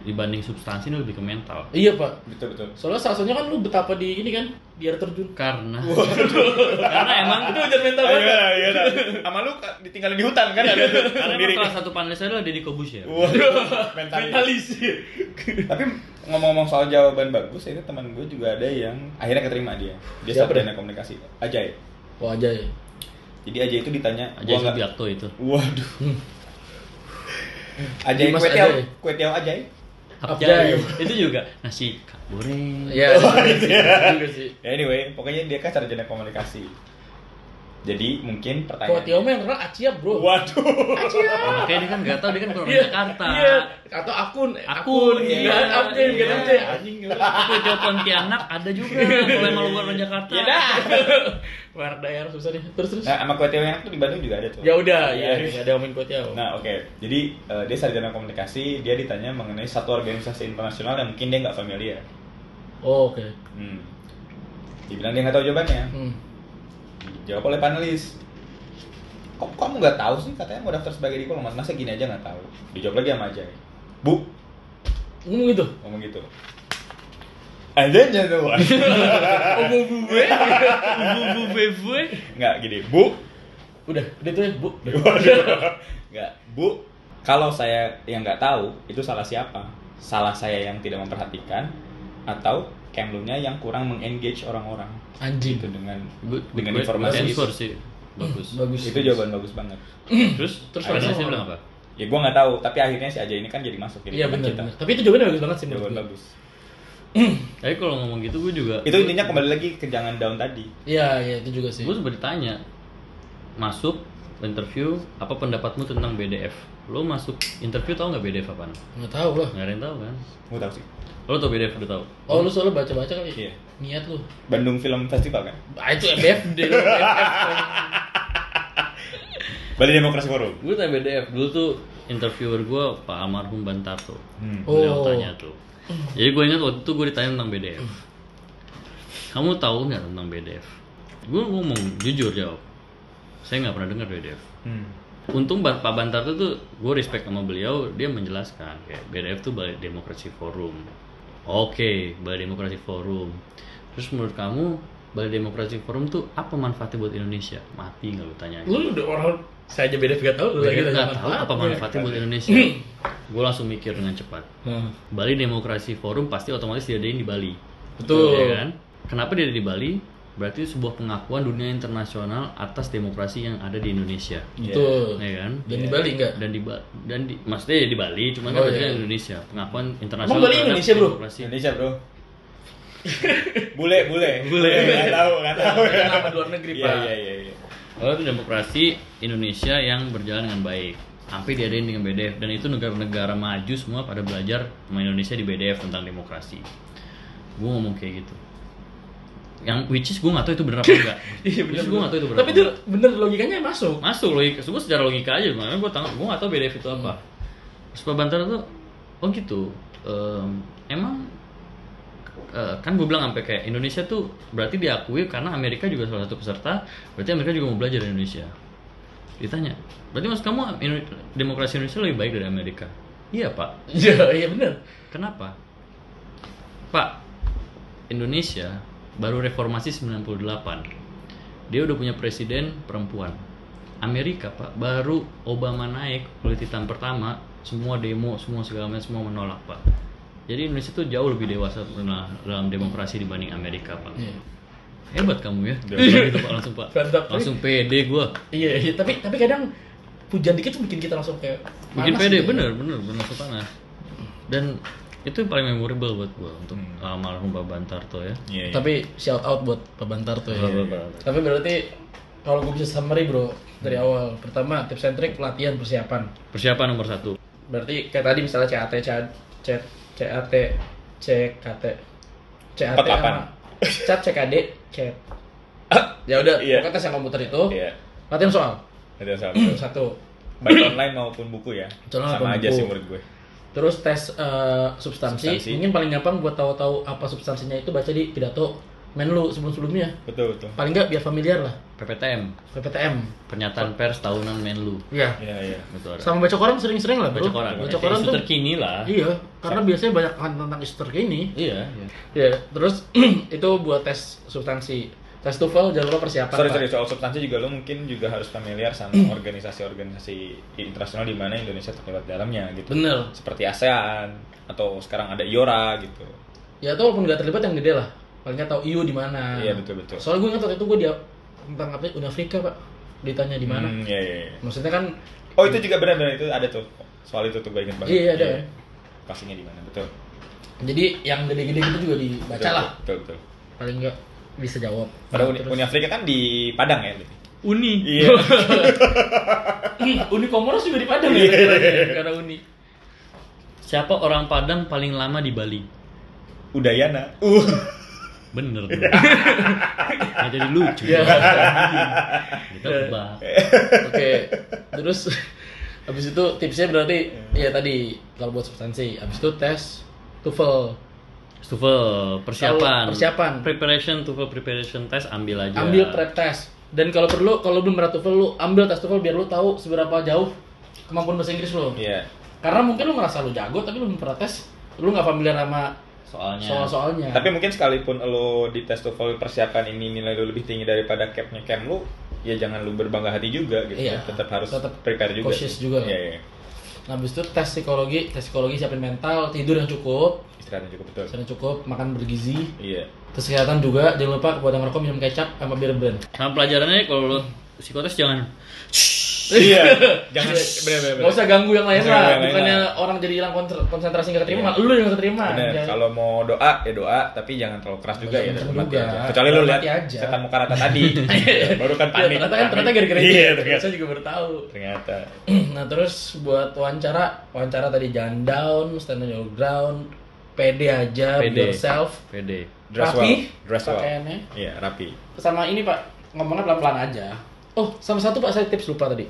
Speaker 3: Dibanding substansi ini lebih ke mental.
Speaker 2: Iya pak,
Speaker 1: Betul betul.
Speaker 2: Soalnya salah satunya kan lu betapa di ini kan di air terjun.
Speaker 3: Karena karena emang
Speaker 2: Itu ujian mental
Speaker 1: Iya,
Speaker 2: banget.
Speaker 1: iya. [laughs] dah. Sama lu Kak, ditinggalin di hutan kan ada [laughs] tuh,
Speaker 3: [laughs] karena
Speaker 1: sendiri.
Speaker 3: emang salah satu panelis saya adalah Deddy ya? Kobusher.
Speaker 1: Waduh, mentalis.
Speaker 2: Mentalisir.
Speaker 1: Tapi ngomong-ngomong soal jawaban bagus, itu teman gue juga ada yang akhirnya keterima dia. Dia
Speaker 2: Siapa
Speaker 1: sarjana komunikasi. Ajay.
Speaker 2: Wah aja ya.
Speaker 1: Jadi Ajay itu ditanya,
Speaker 3: Aja
Speaker 1: gua nggak-
Speaker 3: Subiakto itu.
Speaker 2: [laughs]
Speaker 1: Waduh. Ajay
Speaker 2: Dimas
Speaker 1: kue tiaw,
Speaker 2: Ajay.
Speaker 1: kue tiaw Ajay.
Speaker 2: Abjay.
Speaker 3: Abjay. itu juga nasi kak goreng.
Speaker 2: Iya. [laughs] itu juga sih.
Speaker 1: Ya, Anyway, pokoknya dia kan sarjana komunikasi. Jadi mungkin
Speaker 2: Kalau Tio
Speaker 1: pertanyaan.
Speaker 2: yang kenal Aciap bro.
Speaker 1: Waduh. Iya.
Speaker 2: Aciap.
Speaker 3: Makanya dia kan nggak tahu dia kan keluar
Speaker 2: Iya,
Speaker 3: dari Jakarta.
Speaker 2: Iya. Atau akun. eh,
Speaker 3: Akun, iya.
Speaker 2: Bukan Abjay, bukan
Speaker 3: Iya.
Speaker 2: Abjay. Anjing. lu.
Speaker 3: Aku jawab Pontianak ada juga kalau emang lu keluar dari Jakarta.
Speaker 2: Iya
Speaker 1: Ya
Speaker 2: [laughs]
Speaker 1: dah.
Speaker 2: Luar daerah ya, susah nih. Terus terus.
Speaker 1: Nah, sama kue tiaw yang enak tuh di Bandung juga ada tuh.
Speaker 2: Ya udah, ya
Speaker 1: Iya.
Speaker 2: nggak ada omongin kuat Tio.
Speaker 1: Nah, oke. Jadi eh, dia sarjana komunikasi, dia ditanya mengenai satu organisasi internasional yang mungkin dia nggak familiar.
Speaker 2: Oh, Oke.
Speaker 1: Hmm. Dibilang dia nggak tahu jawabannya.
Speaker 2: Hmm.
Speaker 1: Dijawab oleh panelis. Kok kamu nggak tahu sih? Katanya mau daftar sebagai diplomat, masa gini aja nggak tahu? Dijawab lagi sama Ajay. Bu,
Speaker 2: Ngomong
Speaker 1: [laughs]
Speaker 2: gitu.
Speaker 1: ngomong gitu. Ajay jangan tuh. [laughs]
Speaker 2: Oh, gue gue.
Speaker 3: Bu bu bu
Speaker 1: Nggak gini, Bu.
Speaker 2: Udah, udah tuh ya,
Speaker 1: [laughs]
Speaker 2: Bu. Udah.
Speaker 1: Nggak, Bu. Kalau saya yang nggak tahu, itu salah siapa? Salah saya yang tidak memperhatikan atau Kemlunya yang kurang mengengage orang-orang
Speaker 2: Anjing.
Speaker 1: itu dengan
Speaker 3: Good, good,
Speaker 1: dengan
Speaker 3: good.
Speaker 1: informasi itu.
Speaker 3: Sensor sih. Bagus.
Speaker 2: Bagus.
Speaker 1: itu jawaban bagus banget
Speaker 3: Terus
Speaker 2: Terus
Speaker 3: terus
Speaker 2: langsung
Speaker 3: saya
Speaker 2: apa?
Speaker 3: bilang apa?
Speaker 1: ya gua nggak tahu tapi akhirnya si Ajay ini kan jadi masuk jadi
Speaker 2: Iya
Speaker 1: teman
Speaker 2: benar. benar. Tapi itu jawabannya bagus banget sih menurut
Speaker 1: jawaban
Speaker 2: gue.
Speaker 1: bagus
Speaker 3: Tapi kalau ngomong gitu gue juga
Speaker 1: itu intinya kembali lagi ke jangan down tadi
Speaker 2: Iya, iya itu juga sih.
Speaker 3: Gue sempat ditanya masuk interview apa pendapatmu tentang BDF? Lo masuk interview tau nggak BDF apaan?
Speaker 2: Nggak tahu lah.
Speaker 3: Nggak ada yang tahu kan?
Speaker 1: gua tahu sih
Speaker 3: Lo tau BDF udah tahu?
Speaker 2: Oh, lu soalnya baca-baca kali.
Speaker 1: Iya.
Speaker 2: Niat lu.
Speaker 1: Bandung Film Festival kan
Speaker 2: Ah, itu MFD lu.
Speaker 1: Bali Demokrasi Forum
Speaker 3: Gue tanya BDF dulu tuh interviewer gue Pak Almarhum Bantarto.
Speaker 1: Hmm.
Speaker 2: Oh.
Speaker 3: Beliau tanya tuh. Jadi gue ingat waktu itu gue ditanya tentang BDF. Kamu tahu nggak tentang BDF? Gue ngomong jujur jawab. Saya nggak pernah dengar BDF.
Speaker 1: Hmm.
Speaker 3: Untung Ba- Pak Bantarto tuh gue respect sama beliau, dia menjelaskan kayak BDF tuh Balai Demokrasi Forum. Oke, Balai Demokrasi Forum. Terus menurut kamu Balai Demokrasi Forum tuh apa manfaatnya buat Indonesia? Mati nggak lu tanya?
Speaker 2: lu udah orang saya aja BDF gak tahu lu lagi
Speaker 3: Gue
Speaker 2: tanya
Speaker 3: nggak tahu
Speaker 2: Iya.
Speaker 3: apa manfaatnya buat Indonesia.
Speaker 2: Hmm.
Speaker 3: gue langsung mikir dengan cepat.
Speaker 2: Nah,
Speaker 3: Bali Demokrasi Forum pasti otomatis diadain di Bali.
Speaker 2: Betul.
Speaker 3: Ya kan? Kenapa dia ada di Bali? Berarti sebuah pengakuan dunia internasional atas demokrasi yang ada di Indonesia.
Speaker 2: betul.
Speaker 3: Ya kan?
Speaker 2: Dan di Bali enggak?
Speaker 3: Dan di Ba- dan di maksudnya ya di Bali, cuman kan
Speaker 2: Oh,
Speaker 3: berarti
Speaker 2: iya.
Speaker 3: kan Indonesia. Pengakuan internasional.
Speaker 2: Emang Bali
Speaker 3: terhadap
Speaker 2: Indonesia, bro?
Speaker 3: demokrasi.
Speaker 1: Indonesia bro [laughs] bule bule
Speaker 3: Bule.
Speaker 1: nggak tahu nggak tahu ya
Speaker 2: [laughs] Nama luar negeri,
Speaker 1: iya
Speaker 2: Pak.
Speaker 1: iya iya iya.
Speaker 3: Lalu itu demokrasi Indonesia yang berjalan dengan baik. sampai diadain dengan BDF dan itu negara-negara maju semua pada belajar sama Indonesia di BDF tentang demokrasi gue ngomong kayak gitu yang which is gue gak tau itu bener apa enggak
Speaker 2: [laughs] Iya
Speaker 3: Which is gue gak tau itu bener
Speaker 2: Tapi
Speaker 3: apa
Speaker 2: itu
Speaker 3: enggak.
Speaker 2: bener logikanya masuk.
Speaker 3: masuk logika semua secara logika aja karena gue tangkap gue gak tau BDF itu apa terus Pak Bantara tuh oh gitu Em, emang eh, kan gue bilang sampai kayak Indonesia tuh berarti diakui karena Amerika juga salah satu peserta berarti Amerika juga mau belajar dari Indonesia ditanya berarti maksud kamu Indo- demokrasi Indonesia lebih baik dari Amerika iya pak
Speaker 2: Iya, iya bener.
Speaker 3: Kenapa? Pak, Indonesia baru reformasi 98. Dia udah punya presiden perempuan. Amerika, Pak, baru Obama naik kulit hitam pertama, semua demo, semua segala macam semua menolak, Pak. Jadi Indonesia tuh jauh lebih dewasa dalam- dalam demokrasi dibanding Amerika, Pak.
Speaker 2: Iya.
Speaker 3: Hebat kamu ya.
Speaker 1: Iya.
Speaker 3: Gitu, Pak, langsung, Pak.
Speaker 2: Mantap.
Speaker 3: Langsung pede gua.
Speaker 2: Iya, iya, tapi tapi kadang hujan dikit tuh bikin kita langsung kayak
Speaker 3: Bikin
Speaker 2: panas
Speaker 3: pede,
Speaker 2: gitu.
Speaker 3: bener, bener, bener sepanas. Dan itu yang paling memorable buat gue untuk
Speaker 1: Hmm.
Speaker 3: uh, almarhum Pak Bantarto ya.
Speaker 1: Iya, iya. [coughs]
Speaker 2: Tapi shout out buat Pak Bantar tuh ya.
Speaker 3: Pak Bantarto.
Speaker 2: Tapi berarti kalau gue bisa summary bro dari awal pertama tips and trick pelatihan persiapan
Speaker 3: Persiapan nomor satu.
Speaker 2: berarti kayak tadi misalnya CAT CAT CAT CAT CKT CAT
Speaker 1: Empat delapan.
Speaker 2: sama- CAT CKD CAT ya udah
Speaker 1: Iya.
Speaker 2: pokoknya tes yang komputer itu
Speaker 1: Iya.
Speaker 2: latihan soal
Speaker 1: Ada sama.
Speaker 2: satu
Speaker 1: [coughs] Baik online maupun buku ya.
Speaker 2: Soalnya
Speaker 1: sama
Speaker 2: maupun
Speaker 1: aja
Speaker 2: buku.
Speaker 1: sih menurut gue.
Speaker 2: terus tes eh, substansi.
Speaker 1: Substansi.
Speaker 2: mungkin paling gampang buat tahu-tahu apa substansinya itu baca di pidato menlu sebelum-sebelumnya
Speaker 1: Betul, betul.
Speaker 2: paling nggak biar familiar lah
Speaker 3: PPTM,
Speaker 2: PPTM
Speaker 3: pernyataan pers tahunan Menlu.
Speaker 2: iya
Speaker 1: Iya, iya.
Speaker 3: Itu ada.
Speaker 2: sama baca koran sering-sering lah bro.
Speaker 3: Baca koran.
Speaker 2: baca koran
Speaker 3: Isu
Speaker 2: tuh
Speaker 3: terkini lah.
Speaker 2: iya karena biasanya banyak tentang isu terkini
Speaker 3: Iya. iya.
Speaker 2: Ya, terus [clears throat] itu buat tes substansi. Tes TOEFL jangan lupa persiapan.
Speaker 1: Sorry,
Speaker 2: Pak.
Speaker 1: sorry, soal substansi juga lo mungkin juga harus familiar [coughs] sama organisasi-organisasi internasional di mana Indonesia terlibat dalamnya gitu.
Speaker 2: Bener.
Speaker 1: Seperti ASEAN atau sekarang ada IORA gitu.
Speaker 2: Ya atau walaupun nggak terlibat yang gede lah. Paling nggak tahu EU di mana.
Speaker 1: Iya, betul, betul.
Speaker 2: Soalnya gue ingat waktu itu gue dia tentang apa ya? Uni Afrika pak. Ditanya di mana.
Speaker 1: Hmm, iya, iya, iya.
Speaker 2: Maksudnya kan
Speaker 1: Oh, itu juga benar-benar itu ada tuh. Soal itu tuh gue inget banget.
Speaker 2: Iya, ada.
Speaker 1: Pastinya di mana? Betul.
Speaker 2: jadi yang gede-gede itu juga dibaca
Speaker 1: Betul,
Speaker 2: lah.
Speaker 1: Betul, betul.
Speaker 2: Paling nggak bisa jawab.
Speaker 1: Padahal Uni,
Speaker 2: Nah, Terus-
Speaker 1: Uni Afrika kan di Padang ya.
Speaker 3: Uni.
Speaker 1: Iya.
Speaker 2: Ih, [clears throat] Uni Komoros juga di Padang ya.
Speaker 1: Iya.
Speaker 2: gara-gara- Karena Uni.
Speaker 3: Siapa orang Padang paling lama di Bali?
Speaker 1: Udayana. Uh.
Speaker 3: Bener.
Speaker 2: [laughs]
Speaker 3: tuh. Nggak jadi lucu. ya.
Speaker 2: Iya.
Speaker 3: Kita ubah.
Speaker 2: Oke. Terus habis itu tipsnya berarti
Speaker 1: Iya.
Speaker 2: ya tadi kalau buat substansi. Habis itu tes TOEFL.
Speaker 3: TOEFL persiapan.
Speaker 2: Kalau persiapan.
Speaker 3: Preparation TOEFL preparation test ambil
Speaker 1: Iya.
Speaker 3: aja.
Speaker 2: ambil prep test dan kalau perlu kalau belum pernah TOEFL lu ambil tes TOEFL biar lu tahu seberapa jauh kemampuan bahasa Inggris lu
Speaker 1: Iya.
Speaker 2: karena mungkin lu ngerasa lu jago tapi lu belum pernah tes lu nggak familiar sama
Speaker 3: soalnya.
Speaker 2: soal-soalnya
Speaker 1: Tapi mungkin sekalipun lo di tes TOEFL persiapan ini nilai lo lebih tinggi daripada capnya cap lu, ya jangan lu berbangga hati juga gitu.
Speaker 2: Iya.
Speaker 1: Tetap harus
Speaker 2: Tetap
Speaker 1: prepare juga.
Speaker 2: cautious
Speaker 1: sih.
Speaker 2: juga.
Speaker 1: Iya, iya.
Speaker 2: nah habis itu tes psikologi tes psikologi siapin mental tidur yang cukup
Speaker 1: Istirahatnya cukup betul.
Speaker 2: istirahat yang cukup makan bergizi
Speaker 1: Iya.
Speaker 2: tes kesehatan juga jangan lupa buat yang merokok minum kecap sama bir
Speaker 1: [laughs]
Speaker 2: brand
Speaker 3: Nah pelajarannya kalau lo psikotes jangan
Speaker 2: [laughs]
Speaker 1: Iya. Jangan benar-benar.
Speaker 2: nggak usah ganggu yang lain
Speaker 1: Nggak usah yang
Speaker 2: lah
Speaker 1: lain
Speaker 2: bukannya
Speaker 1: lah.
Speaker 2: orang jadi hilang konser- konsentrasi nggak keterima
Speaker 1: Iya.
Speaker 2: lu yang nggak keterima
Speaker 1: Bener,
Speaker 2: Jangan-
Speaker 1: kalau mau doa ya doa, tapi jangan terlalu keras juga ya
Speaker 2: Jangan
Speaker 1: dalam hati
Speaker 2: juga.
Speaker 1: aja. Kecuali lu
Speaker 2: Dalam
Speaker 1: lihat
Speaker 2: hati aja.
Speaker 1: setan mukarata
Speaker 2: [laughs]
Speaker 1: tadi, baru kan
Speaker 2: Iya,
Speaker 1: panik.
Speaker 2: ternyata kan ternyata gara-gara
Speaker 1: Iya,
Speaker 2: itu
Speaker 1: ternyata.
Speaker 2: saya juga baru tahu
Speaker 1: Ternyata.
Speaker 2: [clears throat] nah terus buat wawancara wawancara tadi jangan down stand on your ground pede aja be
Speaker 3: Pede.
Speaker 2: yourself
Speaker 3: PD.
Speaker 1: Dress well,
Speaker 2: rapi
Speaker 1: dress well.
Speaker 2: pakaiannya
Speaker 1: Iya, rapi.
Speaker 2: sama ini pak ngomongnya pelan pelan aja oh sama satu pak saya tips lupa tadi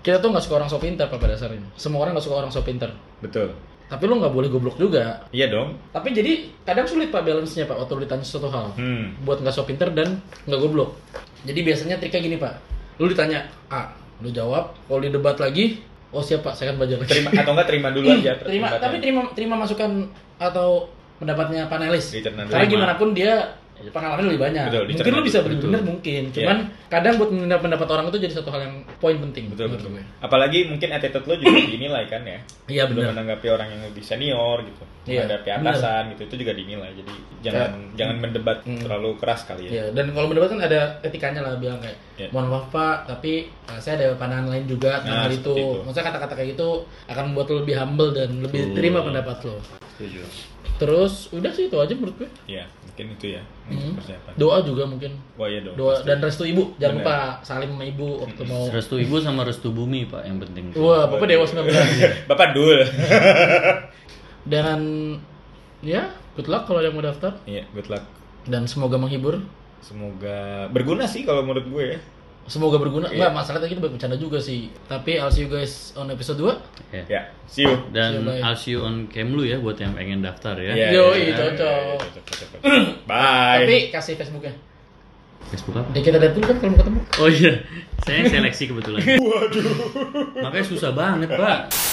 Speaker 2: kita tuh nggak suka orang so pinter pak pada dasarnya semua orang nggak suka orang so pinter
Speaker 1: Betul.
Speaker 2: tapi lu nggak boleh goblok juga
Speaker 1: Iya dong.
Speaker 2: tapi jadi kadang sulit pak balance nya pak waktu lu ditanya sesuatu hal
Speaker 1: Hmm.
Speaker 2: buat nggak so pinter dan nggak goblok. Jadi biasanya triknya gini pak, lu ditanya A, lu jawab, kalau di debat lagi, oh siap pak, saya akan belajar lagi.
Speaker 1: Terima atau enggak Iya, terima dulu aja.
Speaker 2: Iya, [laughs] terima,
Speaker 1: pendapatnya.
Speaker 2: tapi terima terima masukan atau pendapatnya panelis.
Speaker 1: Dicerna dulu.
Speaker 2: Karena
Speaker 3: Terima.
Speaker 2: gimana pun dia pengalaman lebih banyak.
Speaker 1: Betul, Iya.
Speaker 2: mungkin
Speaker 1: dicerna
Speaker 2: lu bisa
Speaker 1: dulu.
Speaker 2: bener-bener
Speaker 3: Betul.
Speaker 2: mungkin, cuman kadang buat mendengar pendapat orang itu jadi satu hal yang poin penting.
Speaker 1: Betul
Speaker 2: menurut
Speaker 1: betul.
Speaker 2: gue.
Speaker 1: Apalagi mungkin attitude lo juga dinilai kan ya.
Speaker 2: Iya
Speaker 1: Lu
Speaker 2: benar.
Speaker 1: menanggapi orang yang lebih senior gitu,
Speaker 2: Iya,
Speaker 1: menghadapi atasan gitu itu juga dinilai. Jadi jangan jangan mendebat
Speaker 2: Hmm.
Speaker 1: terlalu keras kali ya.
Speaker 2: Iya, dan kalau mendebat kan ada etikanya lah bilang kayak
Speaker 1: Iya.
Speaker 2: mohon maaf Pak, tapi uh, saya ada pandangan lain juga
Speaker 1: Nah,
Speaker 2: tentang hal itu.
Speaker 1: seperti itu.
Speaker 2: Maksudnya kata-kata kayak gitu akan membuat lo lebih humble dan lebih
Speaker 3: Betul.
Speaker 2: terima pendapat lo.
Speaker 3: Setuju.
Speaker 2: Terus udah sih itu aja menurut gue.
Speaker 1: Iya, mungkin itu ya.
Speaker 2: Hmm.
Speaker 1: Persiapan.
Speaker 2: Doa juga mungkin.
Speaker 1: Wah iya dong.
Speaker 2: Doa dan restu ibu.
Speaker 1: Bener.
Speaker 2: Jangan lupa salim sama ibu waktu mau.
Speaker 3: Restu ibu sama restu bumi pak yang penting.
Speaker 2: Wah, Bapak Dewa
Speaker 1: [laughs]
Speaker 2: 19.
Speaker 1: Bapak dul.
Speaker 2: Dengan ya, good luck kalau yang mau daftar
Speaker 1: Iya, good luck.
Speaker 2: dan semoga menghibur.
Speaker 1: Semoga berguna sih kalau menurut gue ya.
Speaker 2: Semoga berguna.
Speaker 1: Iya.
Speaker 2: Enggak, masalah tadi kita bercanda juga sih. Tapi I'll see you guys on episode 2.
Speaker 3: Ya.
Speaker 1: Ya, see you.
Speaker 3: Dan
Speaker 2: Bye.
Speaker 3: I'll see you on Kemlu ya buat yang pengen daftar ya.
Speaker 1: Iya, iya,
Speaker 2: Yoi,
Speaker 1: iya, iya,
Speaker 2: cocok.
Speaker 1: cocok, cocok, cocok. Bye.
Speaker 2: Tapi kasih Facebooknya.
Speaker 3: Facebook apa?
Speaker 2: Ya kita lihat dulu kan kalau mau ketemu.
Speaker 3: Oh iya, saya seleksi kebetulan. Waduh. Makanya susah banget pak.